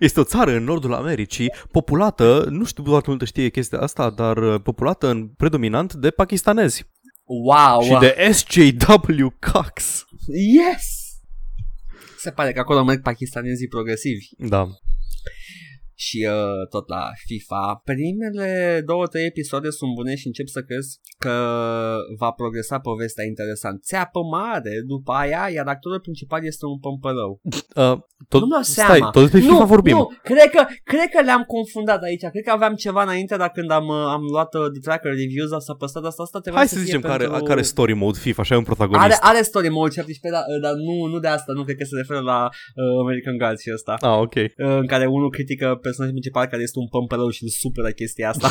[SPEAKER 2] Este o țară în nordul Americii, populată, nu știu foarte multă știe chestia asta, dar uh, populată în predominant de pakistanezi.
[SPEAKER 1] Wow!
[SPEAKER 2] Și de SJW Cox.
[SPEAKER 1] Yes! Se pare că acolo merg pakistanezii progresivi.
[SPEAKER 2] Da.
[SPEAKER 1] și uh, tot la FIFA. Primele două, trei episoade sunt bune și încep să crezi că va progresa povestea interesant. Țeapă mare după aia, iar actorul principal este un pămpălău.
[SPEAKER 2] Uh, tot,
[SPEAKER 1] Nu-mi dau
[SPEAKER 2] stai,
[SPEAKER 1] seama.
[SPEAKER 2] tot despre FIFA vorbim.
[SPEAKER 1] Nu, cred că, cred că le-am confundat aici. Cred că aveam ceva înainte, dar când am, uh, am luat uh, The Tracker Reviews, asta păstrat, asta, asta trebuia
[SPEAKER 2] Hai să
[SPEAKER 1] fie
[SPEAKER 2] zicem care,
[SPEAKER 1] pentru...
[SPEAKER 2] care story mode FIFA și ai un protagonist.
[SPEAKER 1] are, are story mode 17, dar, da, dar nu, nu de asta, nu cred că se referă la uh, American Gods și ăsta.
[SPEAKER 2] Ah, ok.
[SPEAKER 1] Uh, în care unul critică personajul principal care este un pămpălău și îl supără chestia asta.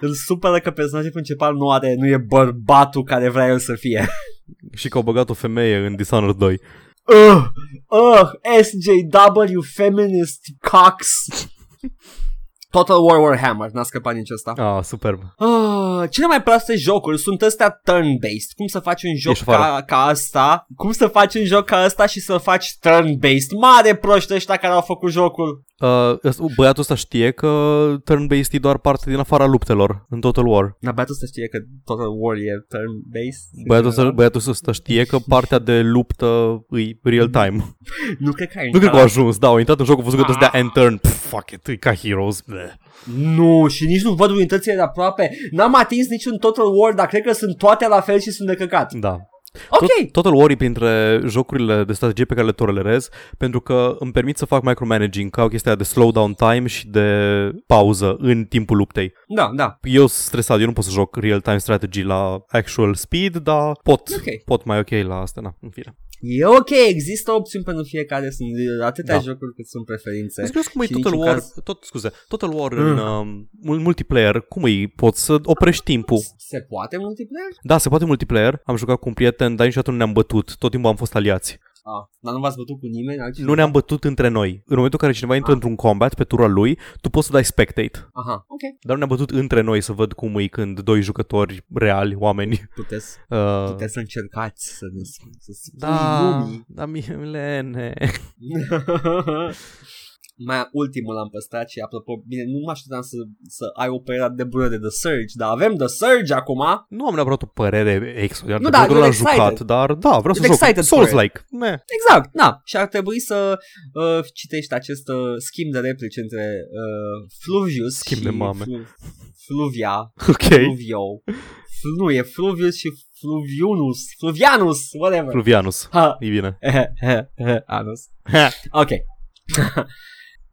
[SPEAKER 1] îl supără că personajul principal nu are, nu e bărbatul care vrea el să fie.
[SPEAKER 2] Și că au băgat o femeie în Dishonored 2.
[SPEAKER 1] Uh, uh, SJW feminist cocks. Total War Warhammer, n-a scăpat nici ăsta.
[SPEAKER 2] Ah, superb.
[SPEAKER 1] Ah, cele mai proaste jocuri sunt astea turn-based. Cum să faci un joc
[SPEAKER 2] Ești afară.
[SPEAKER 1] ca, ca asta? Cum să faci un joc ca asta și să-l faci turn-based? Mare proști ăștia care au făcut jocul.
[SPEAKER 2] Uh, ăsta- băiatul ăsta știe că turn-based e doar parte din afara luptelor în Total War.
[SPEAKER 1] Dar băiatul să știe că Total War e turn-based?
[SPEAKER 2] Băiatul ăsta, băiatul ăsta știe că partea de luptă e
[SPEAKER 1] Mm.
[SPEAKER 2] real-time.
[SPEAKER 1] Nu cred că ai
[SPEAKER 2] Nu cred că
[SPEAKER 1] intrat.
[SPEAKER 2] au ajuns, da, au intrat în joc, au văzut că trebuie să dea
[SPEAKER 1] Ah.
[SPEAKER 2] end turn. Pff, fuck it, e ca Heroes. Bleh.
[SPEAKER 1] Nu, și nici nu văd unitățile de aproape. N-am atins niciun Total War, dar cred că sunt toate la fel și sunt de căcat.
[SPEAKER 2] Da.
[SPEAKER 1] Ok!
[SPEAKER 2] Tot, Total War e printre jocurile de strategie pe care le tolerez pentru că îmi permit să fac micromanaging, ca o chestia de slowdown time și de pauză în timpul luptei.
[SPEAKER 1] Da, da.
[SPEAKER 2] Eu sunt stresat, eu nu pot să joc real-time strategy la actual speed, dar pot,
[SPEAKER 1] Ok.
[SPEAKER 2] pot mai ok la asta, na, în fine.
[SPEAKER 1] E ok, există opțiuni pentru fiecare. Sunt atâtea
[SPEAKER 2] Da.
[SPEAKER 1] jocuri cât sunt preferințe.
[SPEAKER 2] Îți crezi cum e
[SPEAKER 1] Și
[SPEAKER 2] Total
[SPEAKER 1] niciun
[SPEAKER 2] War,
[SPEAKER 1] caz-
[SPEAKER 2] tot, scuze, Total War în um, mul- multiplayer, cum îi poți să oprești timpul?
[SPEAKER 1] Se poate multiplayer?
[SPEAKER 2] Da, se poate multiplayer, am jucat cu un prieten, dar niciodată nu ne-am bătut, tot timpul am fost aliați.
[SPEAKER 1] Ah, dar nu v-ați bătut cu nimeni? altcineva?
[SPEAKER 2] Nu ne-am bătut între noi. În momentul în care cineva intră
[SPEAKER 1] Ah.
[SPEAKER 2] într-un combat pe turul lui, tu poți să dai spectate.
[SPEAKER 1] Aha, ok.
[SPEAKER 2] Dar nu ne-am bătut între noi să văd cum e când doi jucători reali, oameni.
[SPEAKER 1] Puteți,
[SPEAKER 2] Uh,
[SPEAKER 1] puteți să încercați să ne sp- să spui
[SPEAKER 2] da,
[SPEAKER 1] lumii.
[SPEAKER 2] da, Milene.
[SPEAKER 1] Mai ultimul l-am păstrat și apropo, bine, nu mă așteptam să, să ai o perioadă de bună de The Surge, dar avem The Surge acum.
[SPEAKER 2] Nu am neapărat o părere extraordinară,
[SPEAKER 1] Nu, da,
[SPEAKER 2] pentru că
[SPEAKER 1] you're
[SPEAKER 2] l-am
[SPEAKER 1] excited.
[SPEAKER 2] jucat, dar da, vreau
[SPEAKER 1] You're
[SPEAKER 2] să joc.
[SPEAKER 1] excited for it.
[SPEAKER 2] Souls-like. Meh.
[SPEAKER 1] Exact, da. Și ar trebui să uh, citești acest uh, schimb de replici între uh, Fluvius
[SPEAKER 2] Schimb
[SPEAKER 1] și
[SPEAKER 2] de mame.
[SPEAKER 1] Flu- Fluvia,
[SPEAKER 2] Ok.
[SPEAKER 1] Fluvio. Flu- nu, e Fluvius și Fluviunus, Fluvianus, whatever.
[SPEAKER 2] Fluvianus.
[SPEAKER 1] Ha,
[SPEAKER 2] E bine.
[SPEAKER 1] Anus. Ah, ok.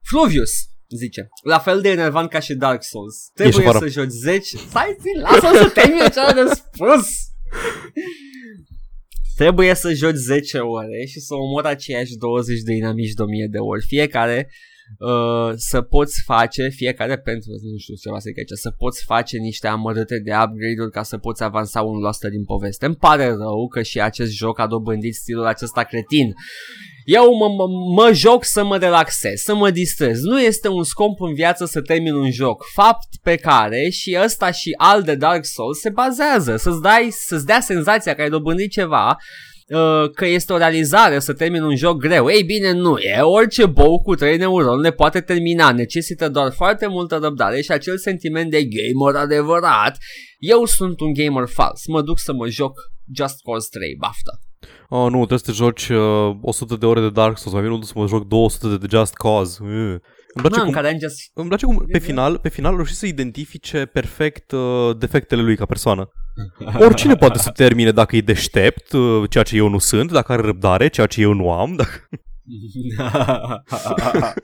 [SPEAKER 1] Fluvius zice, la fel de enervant ca și Dark Souls. Trebuie
[SPEAKER 2] afară.
[SPEAKER 1] să joci 10... Stai, zi, lasă să termine ce am de spus! Trebuie să joci 10 ore și să omori aceiași 20 de inamici de 1000 de ori. Fiecare uh, să poți face, fiecare pentru, nu știu ceva să zic aici, să poți face niște amărâte de upgrade-uri ca să poți avansa 1% din poveste. Îmi pare rău că și acest joc a dobândit stilul acesta cretin. Eu mă, mă, mă joc să mă relaxez, să mă distrez. Nu este un scop în viață să termin un joc. Fapt pe care și ăsta și al de Dark Souls se bazează. Să-ți, dai, să-ți dea senzația că ai dobândit ceva uh, că este o realizare să termin un joc greu. Ei bine, nu e. Orice bou cu trei neuroni le poate termina. Necesită doar foarte multă răbdare și acel sentiment de gamer adevărat. Eu sunt un gamer fals. Mă duc să mă joc Just Cause 3, baftă.
[SPEAKER 2] Oh, nu, trebuie să te joci uh, 100 de ore de Dark Souls, mai bine nu să mă joc 200 de Just Cause. Uh. Îmi place
[SPEAKER 1] Man,
[SPEAKER 2] cum,
[SPEAKER 1] care am just
[SPEAKER 2] Îmi place cum pe final, pe final reuși să identifice perfect uh, defectele lui ca persoană. Oricine poate să termine dacă e deștept, uh, ceea ce eu nu sunt, dacă are răbdare, ceea ce eu nu am. Dacă...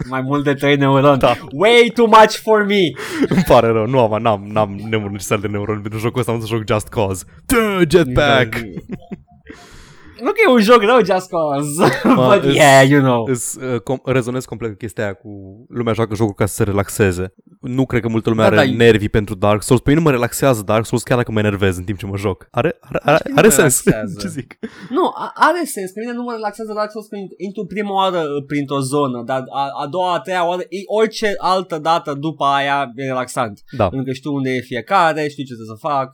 [SPEAKER 1] Mai mult de 3 neuroni. Da. Way too much for me.
[SPEAKER 2] Îmi pare rău, nu am, n-am, n-am neuroni necesar de neuroni pentru jocul ăsta, am să joc Just Cause. Duh,
[SPEAKER 1] Exact.
[SPEAKER 2] jetpack!
[SPEAKER 1] Nu că e un joc rău, Just Cause.
[SPEAKER 2] Mă,
[SPEAKER 1] But
[SPEAKER 2] îs-
[SPEAKER 1] yeah, you know.
[SPEAKER 2] Îți uh, com- rezonez complet cu chestia aia cu lumea joacă jocul ca să se relaxeze. Nu cred că multă lume
[SPEAKER 1] Da,
[SPEAKER 2] are
[SPEAKER 1] da, e-
[SPEAKER 2] nervii pentru Dark Souls. Pe mine mă relaxează Dark Souls chiar dacă mă enervez în timp ce mă joc. Are, are, are,
[SPEAKER 1] Nici nu
[SPEAKER 2] are
[SPEAKER 1] mă
[SPEAKER 2] sens.
[SPEAKER 1] relaxează.
[SPEAKER 2] Ce zic?
[SPEAKER 1] Nu, a- are sens. Pe mine nu mă relaxează Dark Souls când intru prima oară uh, printr-o zonă, dar a, a doua, a treia oară, e orice altă dată după aia e relaxant.
[SPEAKER 2] Da.
[SPEAKER 1] Pentru că știu unde e fiecare, știu ce trebuie să fac.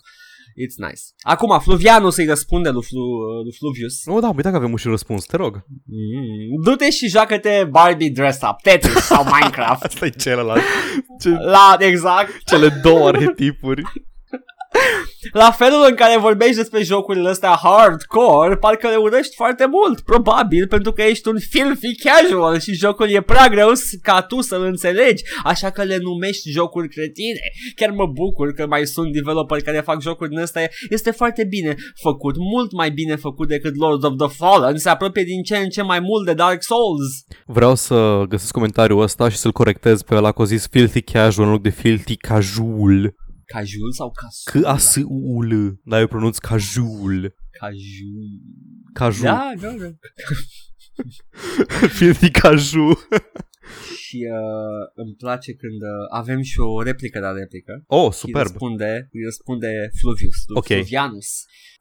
[SPEAKER 1] It's nice. Acum, Fluvianus îi răspunde lui, Flu, uh, lui Fluvius.
[SPEAKER 2] Nu, oh, da, am uitat că avem un și răspuns, te rog.
[SPEAKER 1] Mm. Du-te și joacă-te Barbie Dress Up, Tetris sau Minecraft.
[SPEAKER 2] Asta e celălalt. Ce,
[SPEAKER 1] La, exact.
[SPEAKER 2] cele două arhetipuri.
[SPEAKER 1] la felul în care vorbești despre jocurile astea hardcore, parcă le urăști foarte mult, probabil, pentru că ești un filthy casual și jocul e prea greu s- ca tu să-l înțelegi, așa că le numești jocuri cretine. Chiar mă bucur că mai sunt developeri care fac jocuri din astea, este foarte bine făcut, mult mai bine făcut decât Lords of the Fallen, se apropie din ce în ce mai mult de Dark Souls.
[SPEAKER 2] Vreau să găsesc comentariul ăsta și să-l corectez pe ăla că a zis filthy casual în loc de filthy casual.
[SPEAKER 1] Cajul sau casul?
[SPEAKER 2] c a s u l Dar eu pronunț casual.
[SPEAKER 1] Cajul.
[SPEAKER 2] Caju.
[SPEAKER 1] Da, da, da.
[SPEAKER 2] filthy caju.
[SPEAKER 1] Și uh, îmi place când uh, avem și o replică la replică.
[SPEAKER 2] Oh,
[SPEAKER 1] Îi
[SPEAKER 2] superb.
[SPEAKER 1] răspunde, îi răspunde Fluvius,
[SPEAKER 2] Ok.
[SPEAKER 1] okay. Fluvianus.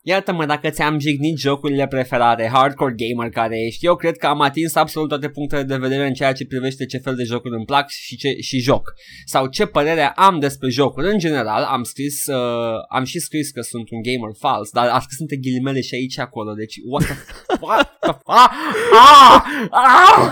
[SPEAKER 1] Iartă-mă dacă ți-am jignit jocurile preferate, hardcore gamer care ești. Eu cred că am atins absolut toate punctele de vedere în ceea ce privește ce fel de jocuri îmi plac și, ce, și joc. Sau ce părere am despre jocuri. În general, am scris, uh, am și scris că sunt un gamer fals, dar a scris între ghilimele și aici și acolo, deci what the fuck? What the fuck? Ah! Ah! Ah!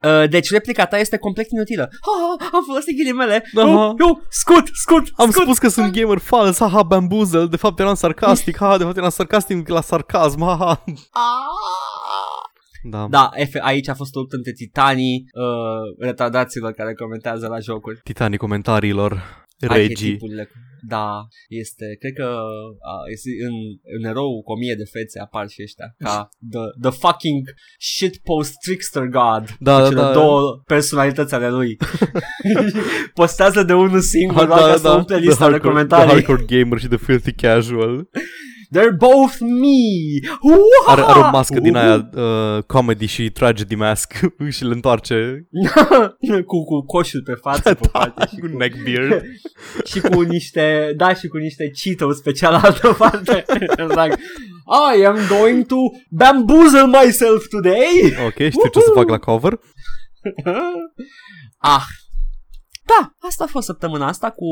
[SPEAKER 1] Uh, deci replica ta este complet inutilă. Ah, am folosit ghilimele.
[SPEAKER 2] Aha.
[SPEAKER 1] Uh, eu, scut, scut,
[SPEAKER 2] Da, Am
[SPEAKER 1] scut.
[SPEAKER 2] spus că sunt gamer fals, haha, bamboozle, de fapt eram sarcastic,
[SPEAKER 1] Mm.
[SPEAKER 2] haha, de fapt eram sarcastic la sarcasm, haha.
[SPEAKER 1] Ah!
[SPEAKER 2] Da.
[SPEAKER 1] Da, efe- aici a fost o luptă între titanii uh, retardaților care comentează la jocuri.
[SPEAKER 2] Titanii comentariilor. Regii.
[SPEAKER 1] Arhetipurile. Da, este, cred că a, este în, în erou cu o mie de fețe apar și ăștia, ca the, the fucking shitpost trickster god.
[SPEAKER 2] Da,
[SPEAKER 1] cu
[SPEAKER 2] da,
[SPEAKER 1] cele
[SPEAKER 2] da.
[SPEAKER 1] două personalități ale lui. Postează de unul singur, doar ca să umple
[SPEAKER 2] Da, The
[SPEAKER 1] lista de
[SPEAKER 2] hardcore-
[SPEAKER 1] comentarii.
[SPEAKER 2] The hardcore gamer și the filthy casual.
[SPEAKER 1] They're both me! Uha!
[SPEAKER 2] Are, are o mască din
[SPEAKER 1] Uhu!
[SPEAKER 2] aia uh, comedy și tragedy mask și le întoarce
[SPEAKER 1] cu, cu coșul pe
[SPEAKER 2] Da.
[SPEAKER 1] față, pe parte și
[SPEAKER 2] cu
[SPEAKER 1] cu,
[SPEAKER 2] neckbeard.
[SPEAKER 1] și cu niște, da, și cu niște Cheetos pe cealaltă parte. like, I am going to bamboozle myself today!
[SPEAKER 2] Ok, știu ce să fac la cover.
[SPEAKER 1] ah, da, asta a fost săptămâna asta cu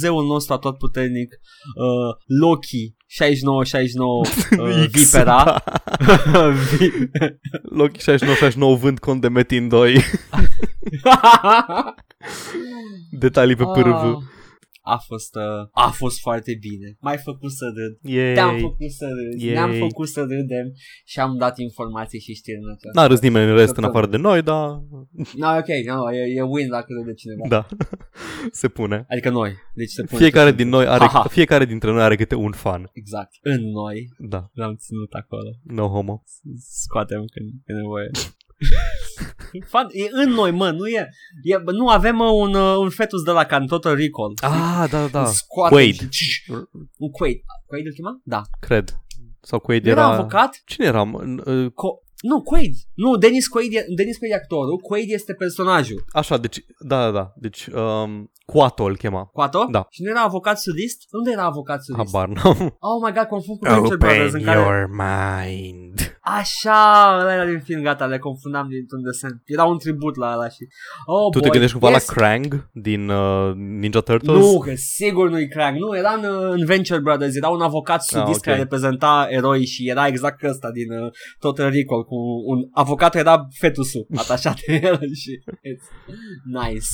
[SPEAKER 1] zeul nostru atotputernic, uh, Loki 6969 uh,
[SPEAKER 2] X,
[SPEAKER 1] Vipera.
[SPEAKER 2] da. Loki 69 vând cont de Metin 2. Detalii pe
[SPEAKER 1] Ah,
[SPEAKER 2] pârv.
[SPEAKER 1] A fost, uh, a fost foarte bine. M-ai făcut să râd. Te-am
[SPEAKER 2] Yay.
[SPEAKER 1] făcut să râzi,
[SPEAKER 2] Yay.
[SPEAKER 1] ne-am făcut să râdem și am dat informații și știri în acest.
[SPEAKER 2] N-a râs nimeni în rest în
[SPEAKER 1] Săptămâna.
[SPEAKER 2] afară de noi, dar
[SPEAKER 1] No, ok, no, e, e win dacă râde cineva.
[SPEAKER 2] da, se pune.
[SPEAKER 1] Adică noi, deci se pune
[SPEAKER 2] Fiecare
[SPEAKER 1] tot
[SPEAKER 2] din noi are,
[SPEAKER 1] Haha.
[SPEAKER 2] fiecare dintre noi are câte un fan.
[SPEAKER 1] Exact, în noi
[SPEAKER 2] Da,
[SPEAKER 1] l-am ținut acolo.
[SPEAKER 2] no homo.
[SPEAKER 1] Scoatem când e nevoie. Fan, e în noi, mă, nu e. e bă, nu avem mă, un, uh, un fetus de la ca în Total Recall.
[SPEAKER 2] Ah, da, da,
[SPEAKER 1] Scoate
[SPEAKER 2] Quaid.
[SPEAKER 1] Și, un Quaid. Quaid îl chema? Da.
[SPEAKER 2] cred. Sau Quaid
[SPEAKER 1] Era,
[SPEAKER 2] era...
[SPEAKER 1] avocat?
[SPEAKER 2] Cine era? M- uh,
[SPEAKER 1] Co- nu, Quaid. Nu, Dennis Quaid, e, Dennis Quaid e actorul, Quaid este personajul.
[SPEAKER 2] Așa, deci, da, da, da. Deci, um, Coato îl chema.
[SPEAKER 1] Coato?
[SPEAKER 2] Da.
[SPEAKER 1] Și nu era avocat sudist? Unde era avocat sudist?
[SPEAKER 2] Habar n-am.
[SPEAKER 1] Oh my god, confund cu Venture Brothers
[SPEAKER 3] Open
[SPEAKER 1] în care...
[SPEAKER 3] your mind.
[SPEAKER 1] Așa, ăla era din film, gata, le confundam dintr-un desen. Era un tribut la ăla și... Oh,
[SPEAKER 2] Tu te
[SPEAKER 1] boy,
[SPEAKER 2] gândești cumva
[SPEAKER 1] yes.
[SPEAKER 2] la Krang din uh, Ninja Turtles?
[SPEAKER 1] Nu, că sigur nu-i Krang. Nu, era în, uh, în Venture Brothers, era un avocat sudist
[SPEAKER 2] Ah, ok.
[SPEAKER 1] care reprezenta eroi și era exact ăsta din uh, Total Recall, cu un avocat era fetusul atașat de el și... It's nice.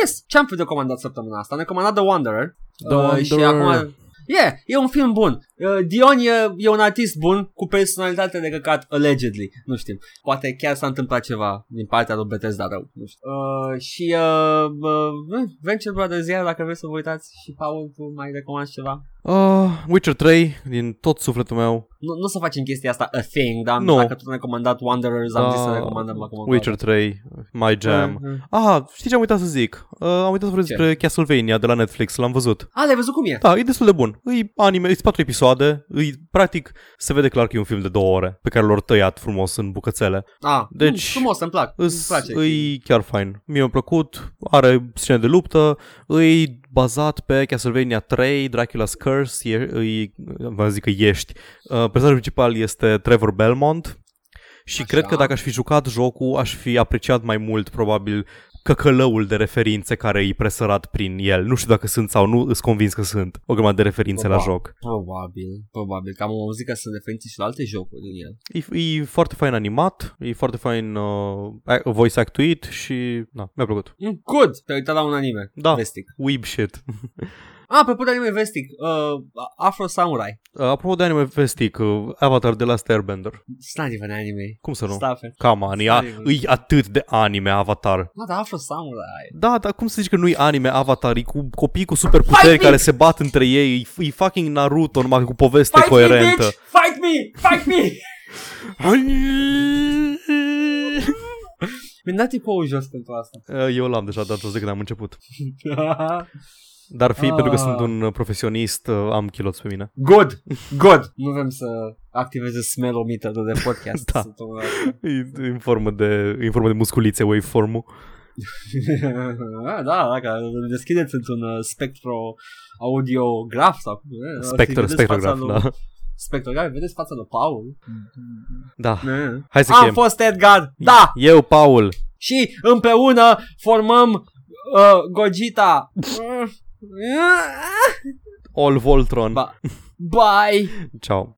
[SPEAKER 1] Yes, ce-am fi recomandat săptămâna asta? Ne-a comandat The Wanderer. Uh,
[SPEAKER 2] The
[SPEAKER 1] și
[SPEAKER 2] Wanderer.
[SPEAKER 1] acum... Yeah, e un film bun. Uh, Dion e, e un artist bun cu personalitate de căcat, allegedly. Nu știm. Poate chiar s-a întâmplat ceva din partea lui Bethesda rău. Nu știu. Uh, și uh, uh, Venture Brothers iar, dacă vreți să vă uitați și Paul, tu mai recomanzi ceva?
[SPEAKER 2] Uh, Witcher 3, din tot sufletul meu.
[SPEAKER 1] Nu, nu să facem chestia asta a thing, dar
[SPEAKER 2] Nu.
[SPEAKER 1] no. dacă tu ne-ai recomandat Wanderers, am zis să
[SPEAKER 2] Da,
[SPEAKER 1] recomandăm acum.
[SPEAKER 2] Witcher 3, my jam.
[SPEAKER 1] Uh, uh.
[SPEAKER 2] Ah, știi ce am uitat să zic? Uh, am uitat să vorbesc
[SPEAKER 1] Ce?
[SPEAKER 2] despre Castlevania de la Netflix, l-am văzut.
[SPEAKER 1] A, Ah, le-ai văzut cum e?
[SPEAKER 2] Da, e destul de bun. E anime, e patru episoade, e, practic se vede clar că e un film de două ore pe care l-au tăiat frumos în bucățele.
[SPEAKER 1] Ah,
[SPEAKER 2] Deci-
[SPEAKER 1] mm, frumos, îmi plac. Îmi
[SPEAKER 2] Îs,
[SPEAKER 1] place.
[SPEAKER 2] îi chiar fain. Mie mi-a plăcut, are scene de luptă, îi bazat pe Castlevania 3, Dracula's Curse, e, îi, vă zic că ești. Uh, personajul principal este Trevor Belmont și
[SPEAKER 1] Așa.
[SPEAKER 2] cred că dacă aș fi jucat jocul, aș fi apreciat mai mult probabil căcălăul de referințe care îi presărat prin el. Nu știu dacă sunt sau nu, îs convins că sunt o grămadă de referințe la
[SPEAKER 1] Probabil.
[SPEAKER 2] joc.
[SPEAKER 1] Probabil, probabil, că am auzit că sunt referințe și la alte jocuri în el.
[SPEAKER 2] E, e foarte fain animat, e foarte fain uh, a- voice actuit și na, mi-a plăcut.
[SPEAKER 1] Mm, good! Te-ai uitat la un anime.
[SPEAKER 2] Da.
[SPEAKER 1] Vestic.
[SPEAKER 2] Weeb shit.
[SPEAKER 1] Ah, apropo de anime vestic, uh, Afro Samurai.
[SPEAKER 2] Uh, Apropo de anime vestic, uh, Avatar de la Stairbender.
[SPEAKER 1] It's not even anime.
[SPEAKER 2] Cum să nu?
[SPEAKER 1] Stop it.
[SPEAKER 2] Come on, ea,
[SPEAKER 1] Stai, bă.
[SPEAKER 2] îi atât de anime Avatar.
[SPEAKER 1] Nu, dar Afro Samurai.
[SPEAKER 2] Da, dar cum să zici că nu-i anime Avatar, e cu copii cu superputeri care se bat între ei, e, e fucking Naruto numai cu poveste
[SPEAKER 1] Fight me,
[SPEAKER 2] coerentă.
[SPEAKER 1] bitch! Fight me! Fight me! Mi-am dat tipoul jos pentru asta.
[SPEAKER 2] Uh, Eu l-am deja dat jos de când am început. Dar fi, pentru că
[SPEAKER 1] Ah.
[SPEAKER 2] sunt un uh, profesionist, uh, am chiloți pe mine.
[SPEAKER 1] Good! Good! Nu vrem să activeze smelomită de podcast.
[SPEAKER 2] Da.
[SPEAKER 1] săptămâna asta.
[SPEAKER 2] E, e în formă de, e în formă de musculițe waveform-ul.
[SPEAKER 1] Ah, da, dacă deschideți într-un uh, spectro audiograf sau cum e,
[SPEAKER 2] Spectro-
[SPEAKER 1] vedeți
[SPEAKER 2] spectrograf,
[SPEAKER 1] fața
[SPEAKER 2] da.
[SPEAKER 1] lui- Spectrograf, vedeți fața lui Paul?
[SPEAKER 2] Da.
[SPEAKER 1] Ne.
[SPEAKER 2] Hai să
[SPEAKER 1] Am
[SPEAKER 2] chem.
[SPEAKER 1] fost Edgar, da!
[SPEAKER 2] Eu, Paul.
[SPEAKER 1] Și împreună formăm uh, Gogita.
[SPEAKER 2] All Voltron.
[SPEAKER 1] Ba- Bye!
[SPEAKER 2] Ciao.